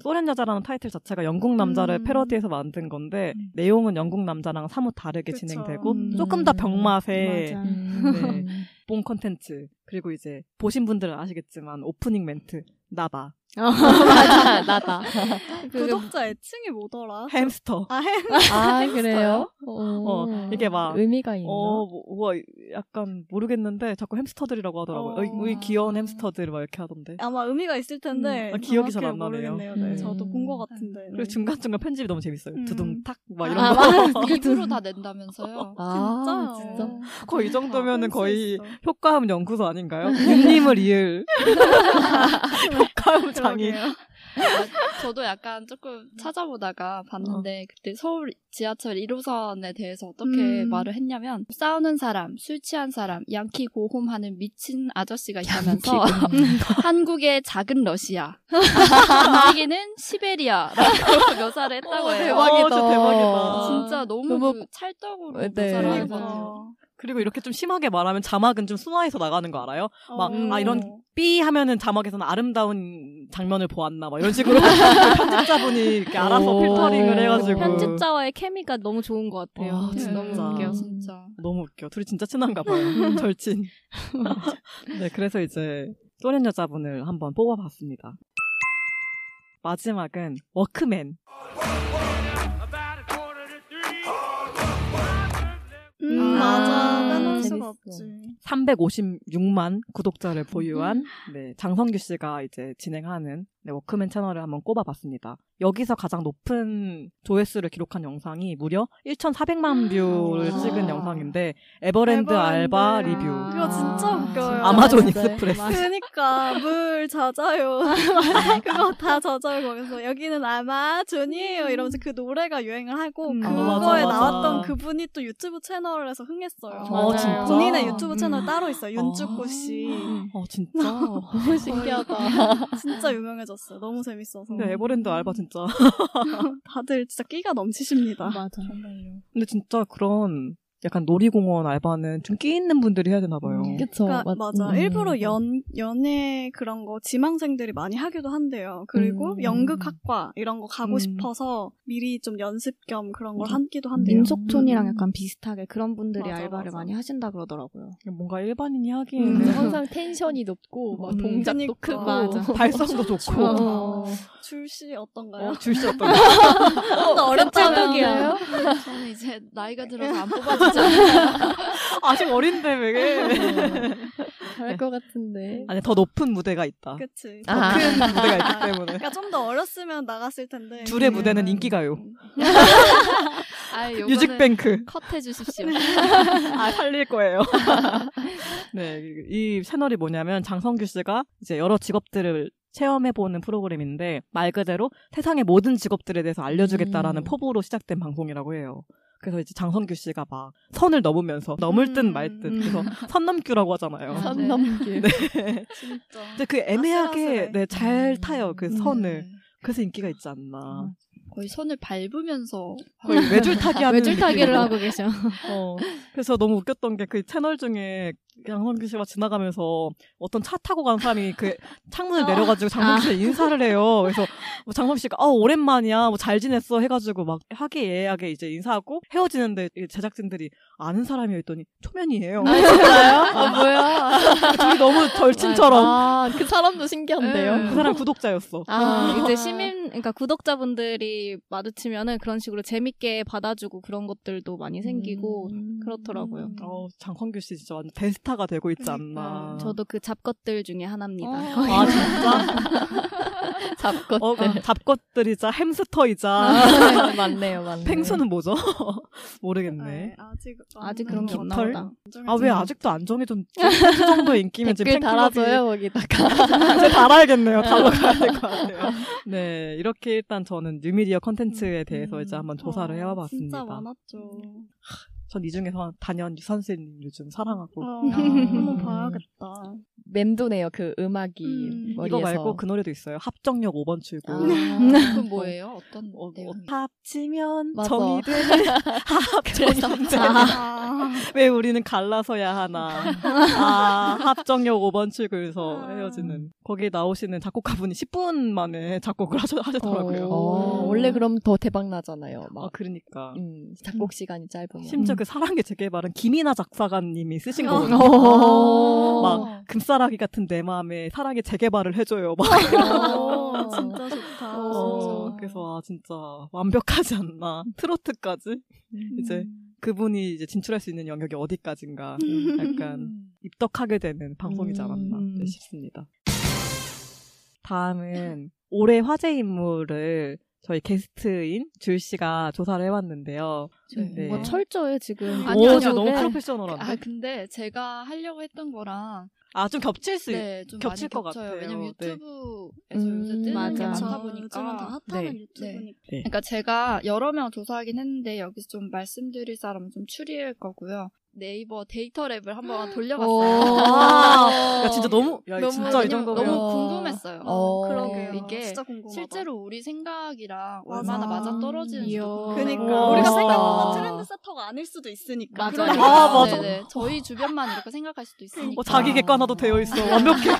Speaker 4: 소련 여자라는 타이틀 자체가 영국 남자를
Speaker 1: 음.
Speaker 4: 패러디해서 만든 건데 내용은 영국 남자랑 사뭇 다르게
Speaker 1: 그쵸.
Speaker 4: 진행되고
Speaker 3: 음.
Speaker 4: 조금 더 병맛의
Speaker 2: 음.
Speaker 3: 맞아.
Speaker 4: 네. 뽕 컨텐츠 그리고 이제 보신 분들은 아시겠지만 오프닝 멘트 나봐
Speaker 2: 맞아, 나다.
Speaker 1: 구독자 애칭이 뭐더라?
Speaker 4: 햄스터
Speaker 1: 아, 햄.
Speaker 2: 아, 그래요? 어,
Speaker 4: 이게 막,
Speaker 2: 의미가 있나?
Speaker 4: 어, 뭐, 우와, 약간 모르겠는데 자꾸 햄스터들이라고 하더라고요.
Speaker 1: 어. 음.
Speaker 4: 어, 이 귀여운 햄스터들 막 이렇게 하던데.
Speaker 1: 아마 의미가 있을 텐데
Speaker 4: 음, 아,
Speaker 1: 정확히
Speaker 4: 기억이 잘안 나네요.
Speaker 1: 모르겠네요. 네,
Speaker 2: 음.
Speaker 1: 저도 본 것 같은데. 네.
Speaker 4: 그리고 중간중간 편집이 너무 재밌어요.
Speaker 1: 음.
Speaker 4: 두둥탁 막 이런
Speaker 1: 아,
Speaker 4: 거.
Speaker 5: 입으로 다 낸다면서요. 어.
Speaker 2: 아, 진짜.
Speaker 4: 거의 이
Speaker 1: 아,
Speaker 4: 정도면은
Speaker 1: 할수
Speaker 4: 거의
Speaker 1: 있어.
Speaker 4: 효과음 연구소 아닌가요? 윤님을 이을 효과음 장인.
Speaker 1: 그러게요.
Speaker 5: 아, 저도 약간 조금 찾아보다가
Speaker 2: 어.
Speaker 5: 봤는데 그때 서울 지하철 1호선에 대해서 어떻게
Speaker 1: 음.
Speaker 5: 말을 했냐면 싸우는 사람, 술 취한 사람, 양키 고홈하는 미친 아저씨가 있다면서
Speaker 4: 음,
Speaker 5: 한국의 작은 러시아, 움직이는 시베리아라고 묘사를 했다고 해요.
Speaker 4: 대박이다. 어, 진짜 대박이다.
Speaker 6: 아,
Speaker 5: 진짜 너무,
Speaker 2: 너무-
Speaker 5: 그 찰떡으로
Speaker 2: 네.
Speaker 5: 묘사를 하는 것
Speaker 1: 그러니까.
Speaker 5: 같아요.
Speaker 4: 그리고 이렇게 좀 심하게 말하면 자막은 좀 순화해서 나가는 거 알아요? 막,
Speaker 1: 어.
Speaker 4: 아, 이런 삐 하면은 자막에서는 아름다운 장면을 보았나 막 이런 식으로 편집자분이 이렇게 알아서
Speaker 3: 어,
Speaker 2: 오.
Speaker 3: 네.
Speaker 4: 필터링을 해가지고
Speaker 3: 편집자와 케미가 너무 좋은 것 같아요.
Speaker 4: 와,
Speaker 3: 진짜 너무
Speaker 4: 네. 진짜.
Speaker 3: 웃겨.
Speaker 5: 진짜.
Speaker 4: 너무 웃겨. 둘이 진짜 친한가 봐요. 절친. 네, 그래서 이제 소련 여자분을 한번 뽑아봤습니다. 마지막은 워크맨.
Speaker 1: 음,
Speaker 2: 아,
Speaker 1: 맞아. 빼놓을
Speaker 2: 재밌어.
Speaker 1: 수가 없지.
Speaker 4: 356만 구독자를
Speaker 1: 음.
Speaker 4: 보유한 네, 장성규 씨가 이제 진행하는 네, 워크맨 채널을 한번 꼽아봤습니다. 여기서 가장 높은 조회수를 기록한 영상이 무려 1,400만 뷰를
Speaker 2: 아.
Speaker 4: 찍은 영상인데 에버랜드,
Speaker 1: 음.
Speaker 4: 알바
Speaker 1: 에버랜드.
Speaker 4: 리뷰
Speaker 1: 이거 진짜 웃겨요.
Speaker 4: 아,
Speaker 1: 네.
Speaker 4: 아마존
Speaker 2: 맞아요.
Speaker 4: 익스프레스
Speaker 1: 그러니까 물 젖어요. 그거 다 젖어요 거기서 여기는 아마존이에요 이러면서 그 노래가 유행을 하고
Speaker 3: 음.
Speaker 1: 그거에
Speaker 3: 아, 맞아, 맞아.
Speaker 1: 나왔던 그분이 또 유튜브 채널에서 흥했어요. 네.
Speaker 2: 어, 진짜?
Speaker 1: 본인의 유튜브 채널
Speaker 3: 음.
Speaker 1: 따로 있어요. 윤쭈꾸
Speaker 4: 아.
Speaker 1: 씨
Speaker 4: 어 진짜
Speaker 2: 너무 신기하다.
Speaker 1: 진짜 유명해졌어요. 너무 재밌어서
Speaker 4: 근데 그 에버랜드 알바 진짜
Speaker 1: 다들 진짜 끼가 넘치십니다.
Speaker 3: 맞아.
Speaker 4: 근데 진짜 그런 약간 놀이공원 알바는 좀 끼 있는 분들이 해야 되나 봐요.
Speaker 2: 그쵸,
Speaker 1: 그러니까
Speaker 2: 맞-
Speaker 1: 맞아.
Speaker 2: 음.
Speaker 1: 일부러 연 연애 그런 거 지망생들이 많이 하기도 한대요. 그리고
Speaker 4: 음.
Speaker 1: 연극학과 이런 거 가고
Speaker 4: 음.
Speaker 1: 싶어서 미리 좀 연습 겸 그런 걸 하기도 한대요.
Speaker 3: 민속촌이랑 약간 비슷하게 그런 분들이
Speaker 1: 맞아,
Speaker 3: 알바를
Speaker 1: 맞아.
Speaker 3: 많이 하신다 그러더라고요.
Speaker 4: 뭔가 일반인이
Speaker 1: 음.
Speaker 4: 하기에는
Speaker 2: 항상 텐션이 높고, 뭐 막
Speaker 4: 음.
Speaker 2: 어, 동작도
Speaker 1: 그니까.
Speaker 2: 크고.
Speaker 3: 맞아.
Speaker 4: 발성도
Speaker 1: 어.
Speaker 4: 좋고
Speaker 1: 어. 그러니까 출시 어떤가요?
Speaker 4: 어, 줄수 없던
Speaker 1: 어,
Speaker 2: 찰떡이야.
Speaker 5: 저는 이제 나이가 들어서 안 뽑아주지 않아요.
Speaker 4: 아직 어린데 왜?
Speaker 2: 잘할 것 같은데.
Speaker 4: 아니 더 높은 무대가 있다.
Speaker 1: 그치.
Speaker 4: 더 큰
Speaker 2: 아.
Speaker 4: 무대가 있기 때문에
Speaker 1: 그러니까 좀 더 어렸으면 나갔을 텐데.
Speaker 4: 둘의
Speaker 1: 지금은-
Speaker 4: 무대는 인기가요.
Speaker 5: 아, 요거는
Speaker 4: 그 뮤직뱅크 네.
Speaker 5: 컷해 주십시오.
Speaker 6: 네.
Speaker 4: 아 살릴 거예요. 네, 이 채널이 뭐냐면 장성규 씨가 이제 여러 직업들을 체험해보는 프로그램인데 말 그대로 세상의 모든 직업들에 대해서 알려주겠다라는
Speaker 2: 음.
Speaker 4: 포부로 시작된 방송이라고 해요. 그래서 이제 장선규 씨가 막 선을 넘으면서 넘을 듯 말 듯
Speaker 1: 음.
Speaker 4: 그래서 선넘규라고 하잖아요.
Speaker 2: 아,
Speaker 1: 선
Speaker 2: 네.
Speaker 1: 넘길.
Speaker 4: 네.
Speaker 6: 진짜.
Speaker 4: 근데 그 애매하게
Speaker 1: 아슬아슬해.
Speaker 4: 네, 잘
Speaker 2: 음.
Speaker 4: 타요 그
Speaker 2: 음. 아.
Speaker 4: 선을. 그래서 인기가 있지 않나.
Speaker 1: 거의 선을 밟으면서
Speaker 4: 거의 외줄 타기 하는
Speaker 3: 외줄 타기를
Speaker 4: 느낌으로.
Speaker 3: 하고 계셔.
Speaker 4: 어, 그래서 너무 웃겼던 게 그 채널 중에 양선규 씨가 지나가면서 어떤 차 타고 간 사람이 그
Speaker 2: 어.
Speaker 4: 창문을
Speaker 2: 아.
Speaker 4: 내려가지고 장범 씨에 인사를 해요. 그래서 뭐 장범 씨가 어 오랜만이야, 뭐 잘 지냈어 해가지고 막 화기애애하게 이제 인사하고 헤어지는데 이 제작진들이 아는 사람이에요 했더니 초면이에요.
Speaker 1: 아 뭐야?
Speaker 4: 둘이 너무 절친처럼
Speaker 2: 아그 사람도 신기한데요.
Speaker 4: 그 사람 구독자였어.
Speaker 3: 아, 이제 시민, 그러니까 구독자분들이 마주치면은 그런 식으로 재밌게 받아주고 그런 것들도 많이 생기고
Speaker 2: 음.
Speaker 3: 그렇더라고요.
Speaker 4: 어, 장성규 씨 진짜 완전 대스타가 되고 있지
Speaker 2: 그러니까.
Speaker 4: 않나.
Speaker 3: 저도 그 잡것들 중에 하나입니다.
Speaker 1: 어,
Speaker 4: 아 진짜
Speaker 2: 잡것
Speaker 4: 어, 네. 잡것들이자 햄스터이자
Speaker 2: 맞네요, 맞네요.
Speaker 4: 펭수는 뭐죠? 모르겠네.
Speaker 1: 아, 아직
Speaker 3: 아직 그런 게 없나
Speaker 4: 깃털?
Speaker 3: 보다.
Speaker 4: 아 왜 아직도 안 정해졌지? 이 정도 인기면 지금
Speaker 2: 댓글
Speaker 4: 팬클럽이
Speaker 2: 달아줘요 거기다가.
Speaker 4: 이제 달아야겠네요. 달러 가야 될 것 같아요. 네 이렇게 일단 저는 뉴미디어 컨텐츠에 대해서 이제
Speaker 3: 음.
Speaker 4: 한번
Speaker 3: 아,
Speaker 1: 어,
Speaker 4: 조사를
Speaker 1: 진짜
Speaker 4: 해와봤습니다.
Speaker 1: 많았죠.
Speaker 4: 전 이 중에서 단연 유 선생님 요즘
Speaker 3: 어.
Speaker 4: 사랑하고
Speaker 1: 어, 한번 봐야겠다.
Speaker 2: 맴도네요 그 음악이
Speaker 1: 음.
Speaker 2: 머리에서. 아.
Speaker 4: 이거 말고 그 노래도 있어요. 합정역 5번 출구.
Speaker 6: 그건 뭐예요? 어떤
Speaker 4: 네. 어, 어,
Speaker 6: 내용이?
Speaker 4: 합치면
Speaker 2: 네, 맞아.
Speaker 4: 정이 되는 합정역
Speaker 1: 아,
Speaker 4: 왜 우리는 갈라서야 하나. 아, 합정역 5번 출구에서
Speaker 2: 아.
Speaker 4: 헤어지는. 거기에 나오시는 작곡가분이 10분 만에 작곡을 하셔, 하셨더라고요.
Speaker 2: 어, 어, 원래 그럼 더 대박 나잖아요. 막
Speaker 4: 아, 그러니까.
Speaker 2: 어. 음, 작곡 시간이 짧으면. 음.
Speaker 4: 심지어 그 사랑의 재개발은 김이나 작사가님이 쓰신 거거든요.
Speaker 2: 어.
Speaker 4: 막, 금싸라기 같은 내 마음에 사랑의 재개발을 해줘요. 막.
Speaker 1: 어, 진짜 좋다.
Speaker 4: 어, 그래서, 아, 진짜 완벽하지 않나. 트로트까지.
Speaker 6: 음.
Speaker 4: 이제 그분이 이제 진출할 수 있는 영역이 어디까지인가. 약간
Speaker 6: 음.
Speaker 4: 입덕하게 되는 방송이지 않았나
Speaker 2: 음.
Speaker 4: 네, 싶습니다. 다음은 올해 화제 인물을 저희 게스트인 줄 씨가 조사를 해봤는데요. 네.
Speaker 3: 뭐 철저해 지금.
Speaker 6: 아니,
Speaker 4: 오,
Speaker 6: 아니요,
Speaker 4: 진짜 너무
Speaker 6: 네.
Speaker 4: 프로페셔널한데.
Speaker 6: 아 근데 제가 하려고 했던 거랑
Speaker 4: 아, 좀 겹칠 수 있...
Speaker 6: 네, 좀
Speaker 4: 겹칠
Speaker 6: 많이
Speaker 4: 것
Speaker 6: 겹쳐요.
Speaker 4: 같아요.
Speaker 6: 왜냐면
Speaker 4: 네.
Speaker 6: 유튜브에서
Speaker 2: 음,
Speaker 6: 요새 뜨는 게
Speaker 3: 맞아.
Speaker 6: 많다
Speaker 1: 요즘은 다
Speaker 6: 보니까
Speaker 1: 핫하는
Speaker 4: 네.
Speaker 1: 유튜브니까.
Speaker 6: 그러니까 제가 여러 명 조사하긴 했는데 여기서 좀 말씀드릴 사람은 좀 추리할 거고요. 네이버 데이터 랩을 한번 돌려봤어요.
Speaker 4: 아, 야, 진짜 너무, 야,
Speaker 6: 너무,
Speaker 4: 진짜 이
Speaker 6: 왜냐면
Speaker 4: 정도면.
Speaker 6: 너무 궁금했어요.
Speaker 2: 어.
Speaker 6: 그러게요. 이게
Speaker 1: 진짜 궁금하다.
Speaker 6: 실제로 우리 생각이랑
Speaker 1: 맞아.
Speaker 6: 얼마나 맞아 떨어지는지.
Speaker 3: 이야.
Speaker 1: 그러니까
Speaker 4: 우와.
Speaker 1: 우리가
Speaker 2: 멋있다.
Speaker 1: 생각보다 트렌드 세터가 아닐 수도 있으니까.
Speaker 3: 맞아요.
Speaker 1: 그러니까.
Speaker 4: 아, 맞아.
Speaker 6: 네네. 저희 주변만 이렇게 생각할 수도 있으니까.
Speaker 4: 어, 자기 객관하도 되어 있어. 완벽해.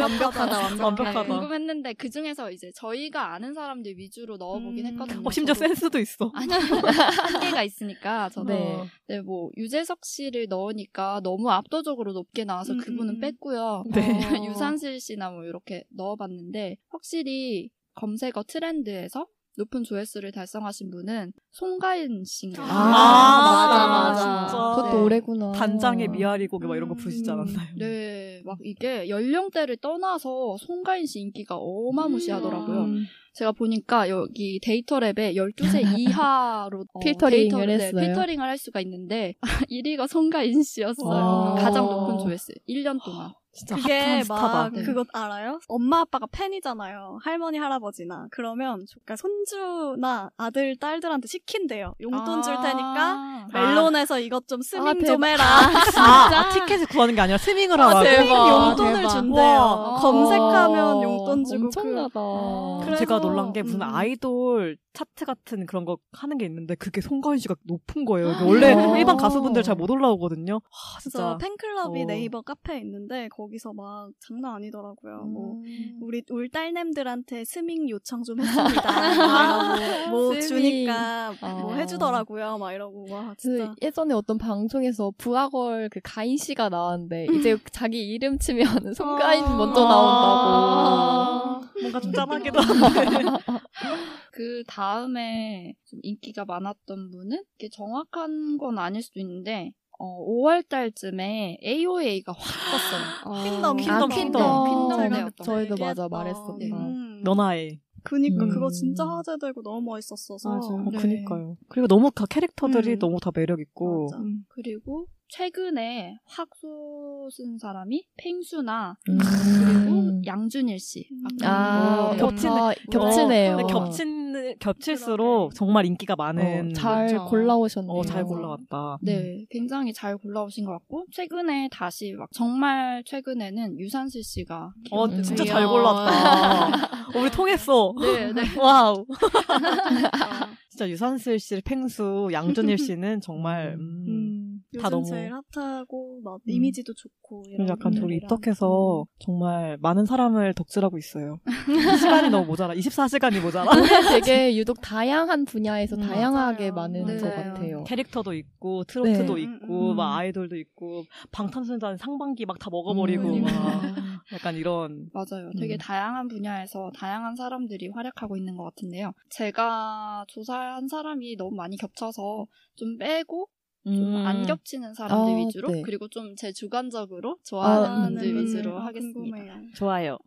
Speaker 1: 완벽하다,
Speaker 4: 완벽하다.
Speaker 6: 궁금했는데 그 중에서 이제 저희가 아는 사람들 위주로 넣어보긴
Speaker 1: 음.
Speaker 6: 했거든요.
Speaker 4: 어, 심지어
Speaker 6: 저도
Speaker 4: 센스도 있어.
Speaker 6: 아니 한계가 있으니까 저는
Speaker 2: 네.
Speaker 6: 네, 뭐 유재석 씨를 넣으니까 너무 압도적으로 높게 나와서
Speaker 1: 음, 음.
Speaker 6: 그분은 뺐고요.
Speaker 4: 네.
Speaker 6: 어, 유산슬 씨나 뭐 이렇게 넣어봤는데 확실히 검색어 트렌드에서 높은 조회수를 달성하신 분은 송가인 씨인가요?
Speaker 1: 아,
Speaker 4: 맞아,
Speaker 1: 맞아.
Speaker 4: 진짜.
Speaker 2: 그것도
Speaker 6: 네.
Speaker 2: 오래구나.
Speaker 4: 단장의 미아리 고개 막 이런 거
Speaker 1: 어. 음.
Speaker 4: 부시지 않았나요?
Speaker 6: 네, 막 이게 연령대를 떠나서 송가인 씨 인기가 어마무시하더라고요.
Speaker 1: 음.
Speaker 6: 제가 보니까 여기 데이터랩에 12세 이하로 어,
Speaker 2: 필터링을
Speaker 6: 데이터- 네,
Speaker 2: 했어요?
Speaker 6: 필터링을 할 수가 있는데 1위가 송가인 씨였어요.
Speaker 2: 와.
Speaker 6: 가장 높은 조회수. 1년 동안.
Speaker 4: 진짜
Speaker 1: 그게
Speaker 4: 핫한 스타다.
Speaker 1: 막
Speaker 6: 네.
Speaker 1: 그것 알아요? 엄마 아빠가 팬이잖아요. 할머니 할아버지나 그러면 그러니까 손주나 아들 딸들한테 시킨대요. 용돈 줄 테니까 멜론에서 이것 좀 스밍
Speaker 3: 아,
Speaker 1: 좀
Speaker 3: 대박.
Speaker 1: 해라.
Speaker 4: 아, 아, 티켓을 구하는 게 아니라 스밍을 하라고.
Speaker 1: 스밍 용돈을
Speaker 2: 대박.
Speaker 1: 준대요.
Speaker 4: 와.
Speaker 1: 검색하면 용돈
Speaker 2: 그
Speaker 1: 주고
Speaker 2: 아. 엄청나다.
Speaker 6: 그-
Speaker 4: 어, 제가
Speaker 1: 그래서-
Speaker 4: 놀란 게 무슨
Speaker 1: 음.
Speaker 4: 아이돌 차트 같은 그런 거 하는 게 있는데 그게 송가인 씨가 높은 거예요.
Speaker 1: 아,
Speaker 4: 이게 원래
Speaker 2: 어.
Speaker 4: 일반 가수분들 잘 못 올라오거든요. 와,
Speaker 1: 그래서
Speaker 4: 진짜.
Speaker 1: 팬클럽이
Speaker 4: 어.
Speaker 1: 네이버 카페에 있는데 거기서 막 장난 아니더라고요.
Speaker 2: 음.
Speaker 1: 뭐 우리 울 딸내미들한테 스밍 요청 좀 했습니다. 막 뭐
Speaker 2: 스밍.
Speaker 1: 주니까 뭐
Speaker 2: 아.
Speaker 1: 해주더라고요. 막 이러고 와
Speaker 2: 그
Speaker 1: 진짜
Speaker 2: 예전에 어떤 방송에서 부하걸 그 가인 씨가 나왔는데 이제 자기 이름 치면 송가인
Speaker 1: 아.
Speaker 2: 먼저 나온다고.
Speaker 4: 뭔가
Speaker 1: 음.
Speaker 4: 좀 짠하기도 한데.
Speaker 6: 그 다음에 좀 인기가 많았던 분은 이게 정확한 건 아닐 수도 있는데 어, 5월 달쯤에 AOA가 확 떴어요.
Speaker 1: 퀸덤
Speaker 4: 퀸덤, 퀸덤.
Speaker 6: 퀸덤.
Speaker 2: 저희도 맞아
Speaker 1: 얘기했던.
Speaker 2: 말했었다.
Speaker 1: 음.
Speaker 4: 너나의.
Speaker 1: 그니까
Speaker 2: 음.
Speaker 1: 그거 진짜 화제되고 너무 멋있었어서
Speaker 4: 어, 그니까요. 그리고 너무 다 캐릭터들이
Speaker 1: 아, 네. 음.
Speaker 4: 너무 다 매력있고.
Speaker 1: 맞아.
Speaker 6: 그리고 최근에 확 쏘신 사람이 펭수나
Speaker 2: 음. 그리고
Speaker 6: 양준일 씨.
Speaker 1: 음.
Speaker 6: 음. 아까
Speaker 2: 아,
Speaker 6: 네.
Speaker 2: 겹치네.
Speaker 4: 겹치네.
Speaker 2: 겹치네요.
Speaker 4: 어,
Speaker 2: 어,
Speaker 4: 근데 겹치는 겹치는 겹칠수록 정말 인기가
Speaker 1: 어,
Speaker 4: 많은
Speaker 2: 잘
Speaker 5: 그렇죠.
Speaker 2: 골라오셨네요.
Speaker 4: 어, 잘 골라왔다.
Speaker 2: 음.
Speaker 6: 네, 굉장히 잘 골라오신 것 같고 최근에 다시 막 정말 최근에는 유산슬 씨가
Speaker 4: 어,
Speaker 2: 음.
Speaker 4: 진짜
Speaker 6: 되게-
Speaker 4: 잘 골랐다. 어, 우리 통했어.
Speaker 6: 네, 네.
Speaker 4: 와우. 진짜 유산슬 씨, 팽수, 양준일 씨는 정말 음,
Speaker 6: 음,
Speaker 4: 다
Speaker 1: 요즘
Speaker 4: 너무- 음.
Speaker 1: 제일 핫하고 막 이미지도 좋고 이런
Speaker 4: 약간 둘이
Speaker 1: 분들이랑.
Speaker 4: 입덕해서 정말 많은 사람을 덕질하고 있어요. 시간이 너무 모자라. 24시간이 모자라.
Speaker 2: 되게 유독 다양한 분야에서
Speaker 4: 음,
Speaker 2: 다양하게
Speaker 1: 맞아요.
Speaker 2: 많은
Speaker 6: 네.
Speaker 2: 것 같아요.
Speaker 4: 캐릭터도 있고 트로트도
Speaker 2: 네.
Speaker 4: 있고
Speaker 2: 음.
Speaker 4: 막 아이돌도 있고 방탄소년단 상반기 막 다 먹어버리고
Speaker 2: 음.
Speaker 4: 막 약간 이런
Speaker 6: 맞아요. 되게
Speaker 4: 음.
Speaker 6: 다양한 분야에서 다양한 사람들이 활약하고 있는 것 같은데요. 제가 조사한 사람이 너무 많이 겹쳐서 좀 빼고
Speaker 4: 음.
Speaker 6: 좀 안 겹치는 사람들
Speaker 2: 아,
Speaker 6: 위주로
Speaker 2: 네.
Speaker 6: 그리고 좀 제 주관적으로
Speaker 2: 아,
Speaker 6: 좋아하는
Speaker 1: 네,
Speaker 6: 분들
Speaker 1: 네, 네.
Speaker 6: 위주로
Speaker 1: 아,
Speaker 6: 하겠습니다.
Speaker 1: 궁금해요.
Speaker 4: 좋아요.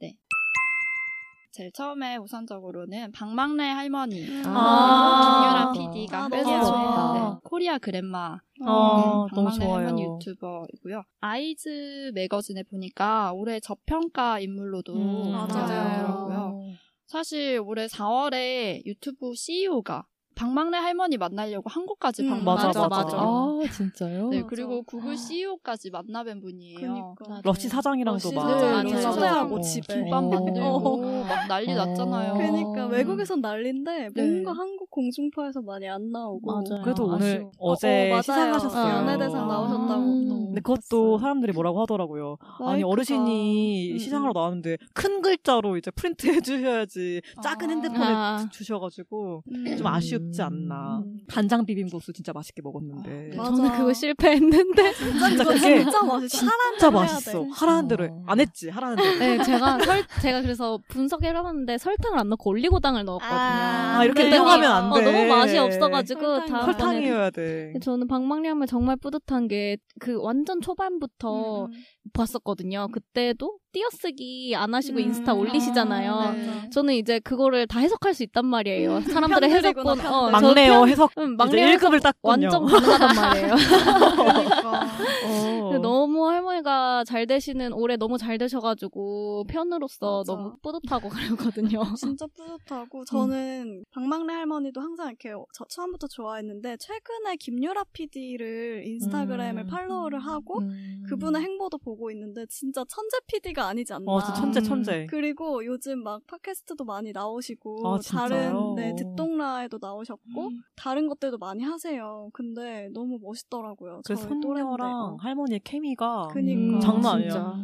Speaker 6: 제일 처음에 우선적으로는 박막래 할머니 어,
Speaker 4: 아.
Speaker 6: 김유라 PD가
Speaker 1: 아, 너무
Speaker 6: 빼서
Speaker 2: 좋다.
Speaker 6: 네, 코리아 그랜마
Speaker 4: 아,
Speaker 6: 네,
Speaker 4: 너무
Speaker 6: 방망이 할머니
Speaker 4: 좋아요.
Speaker 6: 유튜버이고요. 아이즈 매거진에 보니까 올해 저평가 인물로도
Speaker 4: 음,
Speaker 6: 나왔더라고요.
Speaker 1: 어.
Speaker 6: 사실 올해 4월에 유튜브 CEO가 박막래 할머니 만나려고 한국까지
Speaker 1: 음,
Speaker 6: 방문하셨어요.
Speaker 4: 맞아, 맞아.
Speaker 2: 아, 진짜요?
Speaker 6: 네,
Speaker 1: 맞아.
Speaker 6: 그리고 구글 CEO까지 만나뵌 분이에요.
Speaker 1: 그러니까.
Speaker 4: 러시 사장이랑도
Speaker 1: 러시
Speaker 4: 막
Speaker 1: 사장이랑
Speaker 6: 네,
Speaker 1: 초대하고
Speaker 2: 맞아요.
Speaker 1: 집에
Speaker 6: 김밥
Speaker 2: 어.
Speaker 6: 만들고 막 난리
Speaker 2: 어.
Speaker 6: 났잖아요.
Speaker 4: 어.
Speaker 1: 그러니까 외국에선 난리인데
Speaker 6: 네.
Speaker 1: 뭔가 한국 공중파에서 많이 안 나오고
Speaker 6: 맞아요.
Speaker 4: 그래도 오늘
Speaker 6: 아, 아쉬워.
Speaker 1: 어,
Speaker 4: 어제
Speaker 1: 맞아요.
Speaker 4: 시상하셨어요. 아.
Speaker 1: 연예대상 나오셨다고
Speaker 2: 음.
Speaker 1: 너무
Speaker 4: 근데 그것도
Speaker 1: 봤어요.
Speaker 4: 사람들이 뭐라고 하더라고요. 아니
Speaker 1: 마이크가-
Speaker 4: 어르신이
Speaker 1: 음,
Speaker 4: 시상하러
Speaker 1: 음.
Speaker 4: 나왔는데 큰 글자로 이제 프린트해 주셔야지 작은
Speaker 1: 아.
Speaker 4: 핸드폰에
Speaker 3: 아.
Speaker 4: 주- 주셔가지고
Speaker 1: 음.
Speaker 4: 좀 아쉽지 않나.
Speaker 1: 음.
Speaker 4: 간장 비빔국수 진짜 맛있게 먹었는데.
Speaker 1: 아,
Speaker 3: 저는
Speaker 1: 맞아.
Speaker 3: 그거 실패했는데
Speaker 1: 진짜
Speaker 4: 진짜
Speaker 1: 그거
Speaker 4: 그게
Speaker 1: 진짜 맛있어.
Speaker 4: 진짜
Speaker 3: 뭐
Speaker 1: 사람
Speaker 4: 맛있어. 하라는 대로 해.
Speaker 2: 어.
Speaker 4: 안 했지. 하라는 대로.
Speaker 3: 네, 제가 설 제가 그래서 분석을 해봤는데 설탕을 안 넣고 올리고당을 넣었거든요.
Speaker 1: 아,
Speaker 4: 아, 이렇게
Speaker 3: 그랬더니,
Speaker 4: 이용하면 안
Speaker 3: 어,
Speaker 4: 돼.
Speaker 3: 너무 맛이 없어가지고 아,
Speaker 1: 설탕이-
Speaker 3: 다
Speaker 4: 설탕이어야 돼.
Speaker 3: 저는 방망리함을 정말 뿌듯한 게 그 완전
Speaker 1: 어.
Speaker 3: 초반부터
Speaker 1: 음.
Speaker 3: 봤었거든요. 그때도 띄어쓰기 안 하시고
Speaker 1: 음.
Speaker 3: 인스타 올리시잖아요.
Speaker 1: 아,
Speaker 6: 네.
Speaker 1: 맞아.
Speaker 3: 저는 이제 그거를 다 해석할 수 있단 말이에요. 사람들의 해석본
Speaker 1: 편들이구나,
Speaker 3: 어,
Speaker 1: 편들.
Speaker 3: 저
Speaker 4: 막내어
Speaker 3: 편-
Speaker 4: 해석
Speaker 3: 음,
Speaker 4: 이제
Speaker 3: 막내
Speaker 4: 1급을 땄군요.
Speaker 3: 완전 가능하단 말이에요.
Speaker 4: 어.
Speaker 6: 그러니까.
Speaker 2: 어.
Speaker 3: 근데 너무 할머니가 잘 되시는 올해 너무 잘 되셔가지고 편으로서
Speaker 1: 맞아.
Speaker 3: 너무 뿌듯하고 그러거든요.
Speaker 1: 진짜 뿌듯하고 저는 박막래 할머니도 항상 이렇게 저 처음부터 좋아했는데 최근에 김유라 PD를 인스타그램을
Speaker 4: 음.
Speaker 1: 팔로우를 하고 어?
Speaker 2: 음.
Speaker 1: 그분의 행보도 보고 있는데 진짜 천재 PD가 아니지 않나.
Speaker 4: 어, 진짜 천재
Speaker 6: 음.
Speaker 4: 천재.
Speaker 1: 그리고 요즘 막 팟캐스트도 많이 나오시고
Speaker 4: 아, 진짜요? 음.
Speaker 1: 다른 네, 듣동라에도 나오셨고 다른 것들도 많이 하세요. 근데 너무 멋있더라고요.
Speaker 4: 그
Speaker 1: 저희 또래인데.
Speaker 4: 손녀랑
Speaker 1: 어.
Speaker 4: 할머니의 케미가
Speaker 1: 그니까 네.
Speaker 2: 음,
Speaker 4: 장난 아니야.
Speaker 3: 진짜.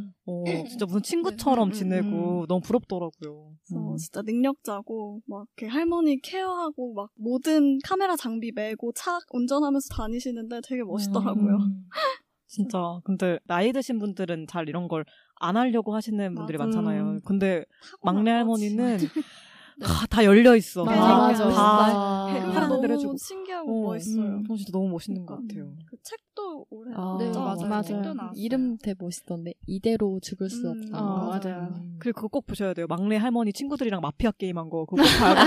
Speaker 4: 어, 진짜 무슨
Speaker 1: 음,
Speaker 4: 친구처럼
Speaker 1: 음,
Speaker 4: 지내고 너무 부럽더라고요. 음.
Speaker 1: 그래서 진짜 능력자고 막 이렇게 할머니 케어하고 막 모든 카메라 장비 메고 차 운전하면서 다니시는데 되게 멋있더라고요.
Speaker 4: 음. 진짜 근데 나이 드신 분들은 잘 이런 걸 안 하려고 하시는 분들이
Speaker 1: 맞아. 어,
Speaker 4: 많잖아요. 근데
Speaker 1: 타고난
Speaker 4: 막내
Speaker 1: 거지.
Speaker 4: 할머니는 하, 다 열려 있어.
Speaker 1: 맞아,
Speaker 4: 다,
Speaker 1: 네, 맞아.
Speaker 4: 다
Speaker 1: 그게
Speaker 4: 아. 사랑을
Speaker 1: 너무
Speaker 4: 해주고.
Speaker 1: 신기하고
Speaker 4: 어,
Speaker 1: 멋있어요.
Speaker 4: 어, 진짜 너무 멋있는 것
Speaker 1: 그러니까.
Speaker 4: 같아요.
Speaker 1: 그 책도 올해
Speaker 2: 아,
Speaker 6: 네,
Speaker 1: 나왔죠?
Speaker 6: 맞아요.
Speaker 3: 맞아요.
Speaker 6: 책도 나왔어요.
Speaker 2: 이름 되게 멋있던데 이대로 죽을 수
Speaker 1: 음,
Speaker 2: 없다.
Speaker 3: 어, 맞아요.
Speaker 2: 음.
Speaker 4: 그리고 그거 꼭 보셔야 돼요. 막내 할머니 친구들이랑 마피아 게임한 거 그거 꼭 봐야 돼요.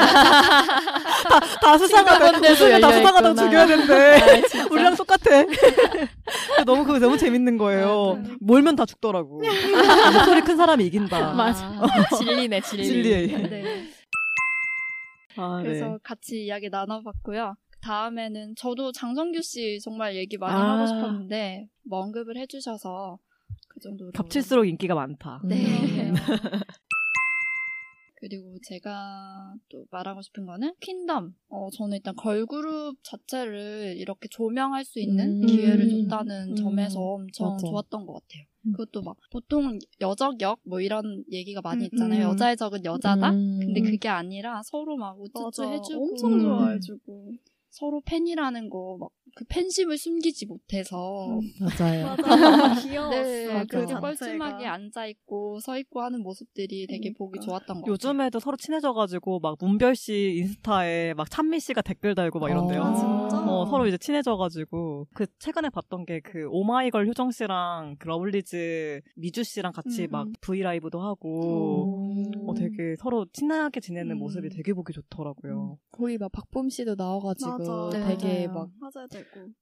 Speaker 4: 다, 다 수상하다.
Speaker 2: 친구분들도
Speaker 4: 우승을 다
Speaker 2: 열려
Speaker 4: 수상하다
Speaker 2: 있구나. 아,
Speaker 4: 죽여야 되는데 우리랑 똑같아. 너무 그거 너무 재밌는 거예요. 몰면 다 죽더라고. 아, 목소리 큰 사람이 이긴다.
Speaker 2: 맞아. 진리네 진리.
Speaker 4: 진리에.
Speaker 6: 네.
Speaker 4: 아,
Speaker 6: 그래서 같이 이야기 나눠봤고요. 다음에는 저도 장성규 씨 정말 얘기 많이
Speaker 4: 아.
Speaker 6: 하고 싶었는데 뭐 언급을 해주셔서 그 정도로
Speaker 4: 겹칠수록 인기가
Speaker 2: 음.
Speaker 4: 많다.
Speaker 6: 네. 그리고 제가 또 말하고 싶은 거는 퀸덤. 어, 저는 일단 걸그룹 자체를 이렇게 조명할 수 있는
Speaker 2: 음.
Speaker 6: 기회를 줬다는
Speaker 4: 음.
Speaker 6: 점에서 엄청
Speaker 2: 맞아.
Speaker 6: 좋았던 것 같아요.
Speaker 4: 음.
Speaker 6: 그것도 막 보통 여적역 뭐 이런 얘기가 많이
Speaker 1: 음,
Speaker 6: 있잖아요.
Speaker 1: 음.
Speaker 6: 여자의 적은 여자다.
Speaker 2: 음.
Speaker 6: 근데 그게 아니라 서로 막 우쭈쭈
Speaker 1: 맞아.
Speaker 6: 해주고
Speaker 1: 엄청
Speaker 2: 음.
Speaker 1: 좋아해주고.
Speaker 6: 서로 팬이라는 거 막 그 팬심을 숨기지 못해서
Speaker 1: 음.
Speaker 2: 맞아요.
Speaker 1: 맞아. 너무 귀여웠어.
Speaker 6: 네,
Speaker 2: 그
Speaker 6: 그렇게
Speaker 2: 자체가.
Speaker 6: 뻘쭘하게 앉아 있고 서 있고 하는 모습들이 되게 보기
Speaker 1: 그러니까.
Speaker 6: 좋았던 것 같아요.
Speaker 4: 요즘에도 서로 친해져가지고 막 문별 씨 인스타에 막 찬미 씨가 댓글 달고 막뭐 이런데요.
Speaker 1: 아, 진짜?
Speaker 4: 어, 서로 이제 친해져가지고 그 최근에 봤던 게 그 오마이걸 효정 씨랑 그 러블리즈 미주 씨랑 같이
Speaker 1: 음.
Speaker 4: 막 V 라이브도 하고
Speaker 2: 음.
Speaker 4: 어, 되게 서로 친하게 지내는
Speaker 1: 음.
Speaker 4: 모습이 되게 보기 좋더라고요.
Speaker 2: 거의 막 박범 씨도 나와가지고
Speaker 4: 네,
Speaker 1: 맞아.
Speaker 2: 되게
Speaker 1: 맞아요.
Speaker 2: 막
Speaker 1: 화제되고.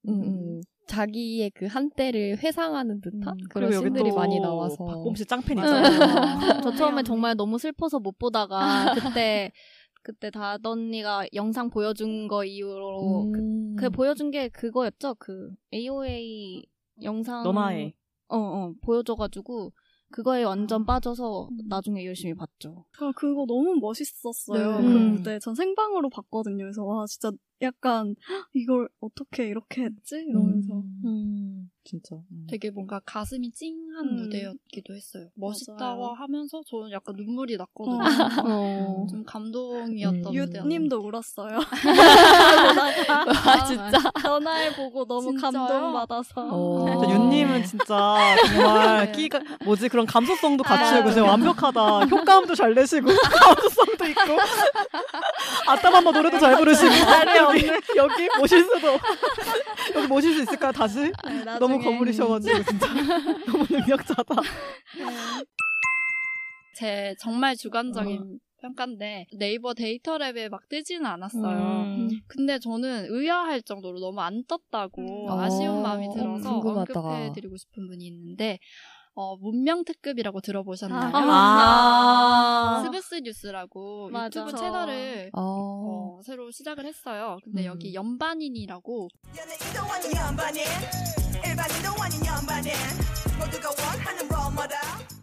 Speaker 2: 음, 음. 자기의 그 한때를 회상하는 듯한 그런
Speaker 4: 음, 그리고 여기
Speaker 2: 씬들이
Speaker 4: 또
Speaker 2: 많이 나와서 음.
Speaker 4: 박범 씨 짱팬
Speaker 3: 응.
Speaker 4: 있잖아요.
Speaker 2: 아.
Speaker 3: 저 처음에 정말 너무 슬퍼서 못 보다가 그때 그때 다던 언니가 영상 보여준 거 이후로
Speaker 2: 음.
Speaker 3: 그 보여준 게 그거였죠. 그 AOA 영상
Speaker 2: 음.
Speaker 4: 너나해.
Speaker 3: 어, 어, 보여줘가지고 그거에 완전
Speaker 2: 음.
Speaker 3: 빠져서 나중에 열심히 봤죠.
Speaker 1: 아, 그거 너무 멋있었어요.
Speaker 2: 네.
Speaker 1: 그
Speaker 3: 음.
Speaker 1: 무대 전 생방으로 봤거든요. 그래서 와 진짜 약간 "헉, 이걸 어떻게 이렇게 했지? 이러면서
Speaker 4: 음, 진짜. 음.
Speaker 6: 되게 뭔가 가슴이 찡한
Speaker 1: 음.
Speaker 6: 무대였기도 했어요. 멋있다고
Speaker 1: 맞아요.
Speaker 6: 하면서 저는 약간 눈물이 났거든요.
Speaker 3: 어.
Speaker 6: 좀 감동이었던
Speaker 2: 음.
Speaker 6: 무대였는데.
Speaker 1: 유님도 울었어요.
Speaker 2: 아, 진짜.
Speaker 1: 전화해 보고 너무
Speaker 5: 진짜요?
Speaker 1: 감동받아서.
Speaker 2: 어.
Speaker 4: 진짜 윤님은 진짜 정말
Speaker 6: 네.
Speaker 4: 끼가 뭐지 그런 감수성도 같이
Speaker 6: 아유.
Speaker 4: 알고 진짜 완벽하다. 효과음도 잘 내시고 감수성도 있고 아따맘마 노래도 잘 부르시고 여기 여기 모실 수도 여기 모실 수 있을까 요 다시
Speaker 1: 네, 나중에.
Speaker 4: 너무 거물이셔가지고 진짜 너무 능력자다.
Speaker 6: 제 정말 주관적인 평가인데 네이버 데이터랩에 막 뜨지는 않았어요.
Speaker 4: 음.
Speaker 6: 근데 저는 의아할 정도로 너무 안 떴다고
Speaker 2: 음. 어,
Speaker 6: 아쉬운 마음이 들어서
Speaker 2: 궁금하다.
Speaker 6: 언급해드리고 싶은 분이 있는데 어, 문명 특급이라고 들어보셨나요?
Speaker 4: 아.
Speaker 6: 스브스 뉴스라고
Speaker 3: 맞아.
Speaker 6: 유튜브
Speaker 3: 그쵸.
Speaker 6: 채널을
Speaker 2: 어.
Speaker 6: 어, 새로 시작을 했어요. 근데
Speaker 2: 음.
Speaker 6: 여기 연반인이라고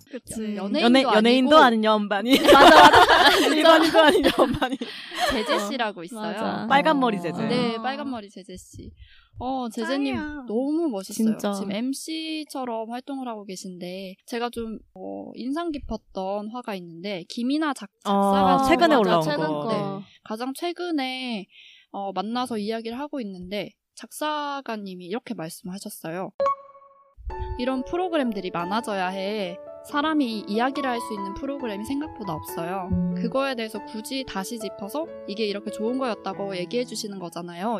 Speaker 1: 그치.
Speaker 6: 연예인도
Speaker 4: 연예 연예인도
Speaker 6: 아니고
Speaker 4: 아닌 연반이 맞아 맞아 일반인도 아닌 연반이
Speaker 6: 제재 씨라고 있어요.
Speaker 3: 맞아.
Speaker 4: 빨간 머리 제재.
Speaker 6: 네, 빨간 머리 제재 씨. 어,
Speaker 3: 아,
Speaker 6: 제재님
Speaker 1: 짱이야.
Speaker 6: 너무 멋있어요.
Speaker 3: 진짜.
Speaker 6: 지금 MC처럼 활동을 하고 계신데 제가 좀 어, 인상 깊었던 화가 있는데 김이나 작- 작사가
Speaker 4: 아,
Speaker 6: 지금
Speaker 4: 최근에
Speaker 6: 가장-
Speaker 4: 올라온
Speaker 3: 최근
Speaker 4: 거. 네.
Speaker 3: 거.
Speaker 6: 가장 최근에 어, 만나서 이야기를 하고 있는데 작사가님이 이렇게 말씀하셨어요. 이런 프로그램들이 많아져야 해. 사람이 이야기를 할 수 있는 프로그램이 생각보다 없어요. 그거에 대해서 굳이 다시 짚어서 이게 이렇게 좋은 거였다고 얘기해 주시는 거잖아요.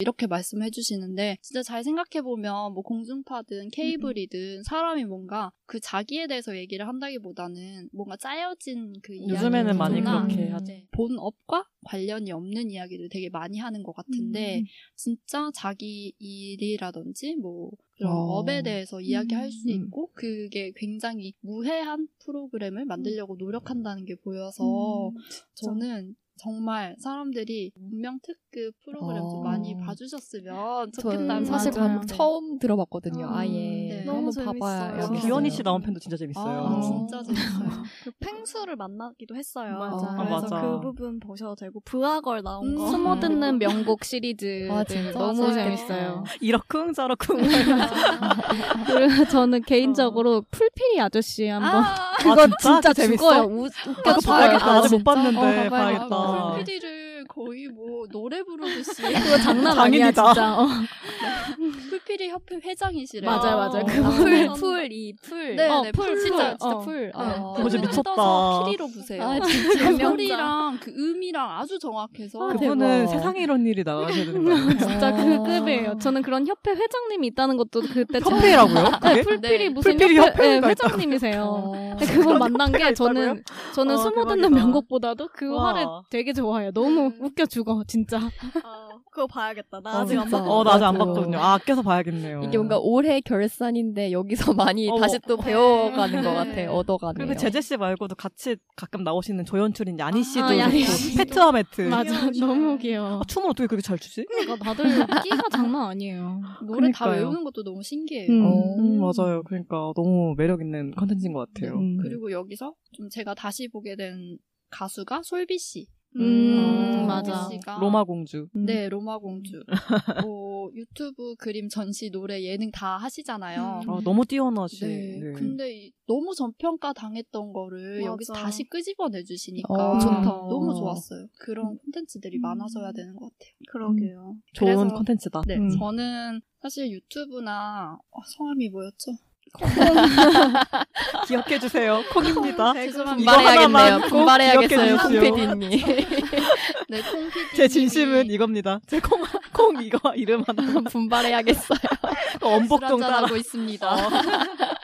Speaker 6: 이렇게 말씀해 주시는데 진짜 잘 생각해 보면 뭐 공중파든 케이블이든 사람이 뭔가 그 자기에 대해서 얘기를 한다기보다는 뭔가 짜여진 그 이야기
Speaker 4: 요즘에는 많이
Speaker 6: 구조나 네.
Speaker 4: 그렇게 하죠.
Speaker 6: 본업과 관련이 없는 이야기를 되게 많이 하는 것
Speaker 4: 음.
Speaker 6: 같은데 진짜 자기 일이라든지 뭐 그런
Speaker 2: 어.
Speaker 6: 업에 대해서 이야기할 수
Speaker 2: 음.
Speaker 6: 있고 그게 굉장히 무해한 프로그램을 만들려고
Speaker 3: 음.
Speaker 6: 노력한다는 게 보여서 저는 정말 사람들이 문명 특급 프로그램
Speaker 2: 어.
Speaker 6: 좀 많이 봐주셨으면 좋겠다는
Speaker 2: 저는 사실
Speaker 6: 생각이
Speaker 2: 방- 처음 들어봤거든요.
Speaker 1: 음.
Speaker 2: 아예
Speaker 6: 네.
Speaker 1: 너무
Speaker 2: 한번 봐봐요.
Speaker 1: 재밌어요.
Speaker 4: 아, 기현이 씨 나온 팬도 진짜 재밌어요.
Speaker 6: 아,
Speaker 2: 어.
Speaker 6: 진짜 재밌어요.
Speaker 1: 그 펭수를 만나기도 했어요.
Speaker 3: 맞아.
Speaker 1: 그래서
Speaker 4: 아, 맞아.
Speaker 1: 그 부분 보셔도 되고 부학월 나온 거.
Speaker 6: 음.
Speaker 3: 숨어 듣는 명곡 시리즈
Speaker 4: 네,
Speaker 2: 아,
Speaker 3: 들
Speaker 2: 진짜
Speaker 3: 너무
Speaker 2: 재밌겠다.
Speaker 3: 재밌어요.
Speaker 4: 이러쿵 저러쿵.
Speaker 3: 그리고
Speaker 2: 어.
Speaker 3: 저는 개인적으로 풀피리 아저씨 한번
Speaker 4: 아,
Speaker 3: 그거 진짜,
Speaker 4: 진짜? 재밌어?
Speaker 3: 죽어요. 우,
Speaker 4: 아, 그거
Speaker 3: 웃겨 죽어요.
Speaker 4: 봐야겠다. 아직 못 봤는데
Speaker 2: 어, 봐봐요.
Speaker 4: 봐야겠다.
Speaker 6: 풀 PD를 거의 뭐 노래 부르듯이
Speaker 3: 그거 장난 아니야
Speaker 4: 장인이다.
Speaker 3: 진짜. 어.
Speaker 6: 풀피리 협회 회장이시래요.
Speaker 3: 맞아요, 맞아요. 그
Speaker 6: 아,
Speaker 3: 풀,
Speaker 6: 아,
Speaker 3: 풀, 이 풀.
Speaker 6: 네,
Speaker 3: 어,
Speaker 6: 네,
Speaker 3: 풀,
Speaker 6: 풀,
Speaker 3: 진짜,
Speaker 6: 풀.
Speaker 3: 진짜
Speaker 6: 어.
Speaker 3: 풀.
Speaker 6: 네.
Speaker 3: 어.
Speaker 4: 그거 진짜 미쳤다.
Speaker 6: 뜯어서 피리로 보세요.
Speaker 3: 아,
Speaker 6: 그
Speaker 3: 진짜.
Speaker 6: 소리랑 그 음이랑 아주 정확해서
Speaker 3: 아, 대박.
Speaker 4: 그분은 세상에 이런 일이 나가셔야 되는 거예요.
Speaker 3: 진짜
Speaker 2: 어.
Speaker 3: 그 급이에요. 저는 그런 협회 회장님이 있다는 것도 그때 처음-
Speaker 4: 협회라고요?
Speaker 3: 네,
Speaker 4: 그게?
Speaker 3: 풀필이
Speaker 6: 네.
Speaker 3: 무슨
Speaker 4: 아, 풀필이
Speaker 3: 협회,
Speaker 4: 협회가
Speaker 3: 네,
Speaker 4: 있다고?
Speaker 3: 회장님이세요.
Speaker 2: 어.
Speaker 3: 근데 그걸 만난 게 저는 저는
Speaker 4: 어,
Speaker 3: 숨어 듣는
Speaker 4: 대박이다.
Speaker 3: 명곡보다도 음. 그
Speaker 4: 와.
Speaker 3: 화를 되게 좋아해요. 너무 웃겨 죽어 진짜.
Speaker 1: 어, 그거 봐야겠다. 나 아직 안
Speaker 2: 진짜.
Speaker 1: 봤어.
Speaker 4: 어, 나 아직 안
Speaker 2: 맞아요.
Speaker 4: 봤거든요. 아, 아껴서 봐야겠네요.
Speaker 2: 이게 뭔가 올해 결산인데 여기서 많이
Speaker 4: 어머.
Speaker 2: 다시 또 배워가는 것
Speaker 6: 네.
Speaker 2: 같아요. 얻어가네요.
Speaker 4: 그리고 제재 씨 말고도 같이 가끔 나오시는 조연출인 야니 씨도
Speaker 3: 아, 야니
Speaker 4: 그렇고
Speaker 3: 씨.
Speaker 4: 패트와 매트.
Speaker 3: 맞아, 너무 귀여워.
Speaker 4: 아, 춤을 어떻게 그렇게 잘 추지?
Speaker 3: 그러니까 다들 끼가 장난 아니에요.
Speaker 6: 노래 다
Speaker 4: 그러니까요.
Speaker 6: 외우는 것도 너무 신기해요. 어.
Speaker 3: 음.
Speaker 4: 음, 맞아요. 그러니까 너무 매력 있는 컨텐츠인 것 같아요.
Speaker 3: 음.
Speaker 6: 그리고 여기서 좀 제가 다시 보게 된 가수가 솔비 씨. 어,
Speaker 3: 음,
Speaker 6: 솔비
Speaker 3: 맞아.
Speaker 6: 씨가
Speaker 4: 로마 음. 공주.
Speaker 6: 네, 로마 공주. 뭐 유튜브 그림 전시 노래 예능 다 하시잖아요.
Speaker 4: 아, 너무 뛰어나시.
Speaker 6: 네,
Speaker 4: 네.
Speaker 6: 근데 이- 너무 전평가 당했던 거를
Speaker 1: 맞아.
Speaker 6: 여기서 다시 끄집어내 주시니까
Speaker 2: 어,
Speaker 3: 좋다.
Speaker 6: 너무 좋았어요. 그런 콘텐츠들이
Speaker 1: 음.
Speaker 6: 많아져야 되는 것 같아요.
Speaker 1: 그러게요.
Speaker 4: 좋은
Speaker 6: 그래서-
Speaker 4: 컨텐츠다.
Speaker 6: 네,
Speaker 4: 음.
Speaker 6: 저는 사실 유튜브나 어, 성함이 뭐였죠?
Speaker 4: 기억해 주세요. 콩입니다.
Speaker 6: 죄송합니다.
Speaker 4: 이거 하나만 꼭
Speaker 2: 말해야겠어요,
Speaker 4: 기억해 주십시오.
Speaker 2: 콩피디님.
Speaker 6: 네, 콩피디.
Speaker 4: 제 진심은 이겁니다. 네. 제 콩, 콩 이거 이름 하나.
Speaker 2: 분발해야겠어요.
Speaker 4: 그 엄복동 따라.
Speaker 6: 하고 있습니다.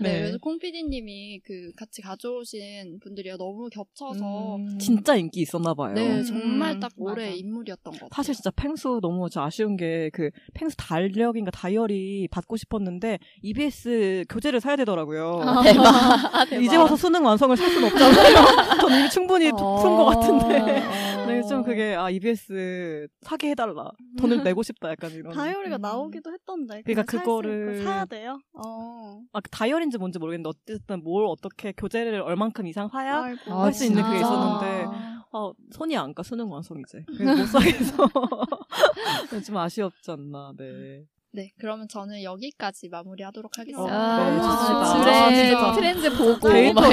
Speaker 4: 네.
Speaker 6: 네, 그래서 콩피디님이 그 같이 가져오신 분들이 너무 겹쳐서
Speaker 2: 음.
Speaker 4: 진짜 인기 있었나 봐요.
Speaker 6: 네
Speaker 2: 음,
Speaker 6: 정말 딱
Speaker 3: 맞아.
Speaker 6: 올해 인물이었던 것 같아요.
Speaker 4: 사실 진짜 펭수 너무 저 아쉬운 게 그 펭수 달력인가 다이어리 받고 싶었는데 EBS 교재를 사야 되더라고요. 아, 이제 와서 수능 완성을 살 수는 없잖아요. 전 이미 충분히 푼 것 같은데.
Speaker 1: 어.
Speaker 4: 네, 좀 그게 아 EBS 사게 해달라. 돈을 내고 싶다 약간 이런.
Speaker 1: 음. 다이어리가
Speaker 2: 음.
Speaker 1: 나오기도 했던데.
Speaker 4: 그러니까
Speaker 1: 그걸 살
Speaker 4: 그거를-
Speaker 1: 수 있고 사야 돼요. 어.
Speaker 4: 아, 그 다이어리인지 뭔지 모르겠는데 어쨌든 뭘 어떻게 교재를 얼만큼 이상 사야
Speaker 1: 아이고.
Speaker 2: 아,
Speaker 4: 할 수 있는 그게
Speaker 2: 진짜?
Speaker 4: 있었는데 아, 손이 안 가 수능 완성 이제 그래서 못 사겠어. 좀 아쉬웠지 않나. 네.
Speaker 6: 네, 그러면 저는 여기까지 마무리하도록
Speaker 4: 어,
Speaker 6: 하겠습니다.
Speaker 2: 아,
Speaker 4: 네,
Speaker 2: 아,
Speaker 4: 좋습니다.
Speaker 2: 트렌드,
Speaker 6: 아, 진짜.
Speaker 2: 트렌드
Speaker 1: 어,
Speaker 2: 보고
Speaker 4: 데이터
Speaker 2: 막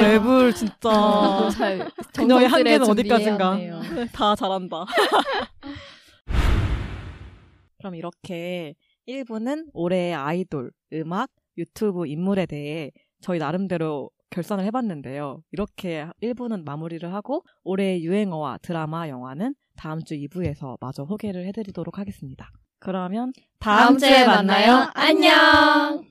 Speaker 4: 랩을 진짜
Speaker 2: 보고 잘
Speaker 4: 어. 그녀의
Speaker 2: 정성스레
Speaker 4: 한계는
Speaker 2: 준비해야
Speaker 4: 어디까지인가.
Speaker 2: 하네요.
Speaker 4: 다 잘한다. 그럼 이렇게 1부는 올해의 아이돌, 음악, 유튜브 인물에 대해 저희 나름대로 결산을 해봤는데요. 이렇게 1부는 마무리를 하고 올해의 유행어와 드라마, 영화는 다음 주 2부에서 마저 소개를 해드리도록 하겠습니다. 그러면
Speaker 2: 다음 주에 만나요. 안녕.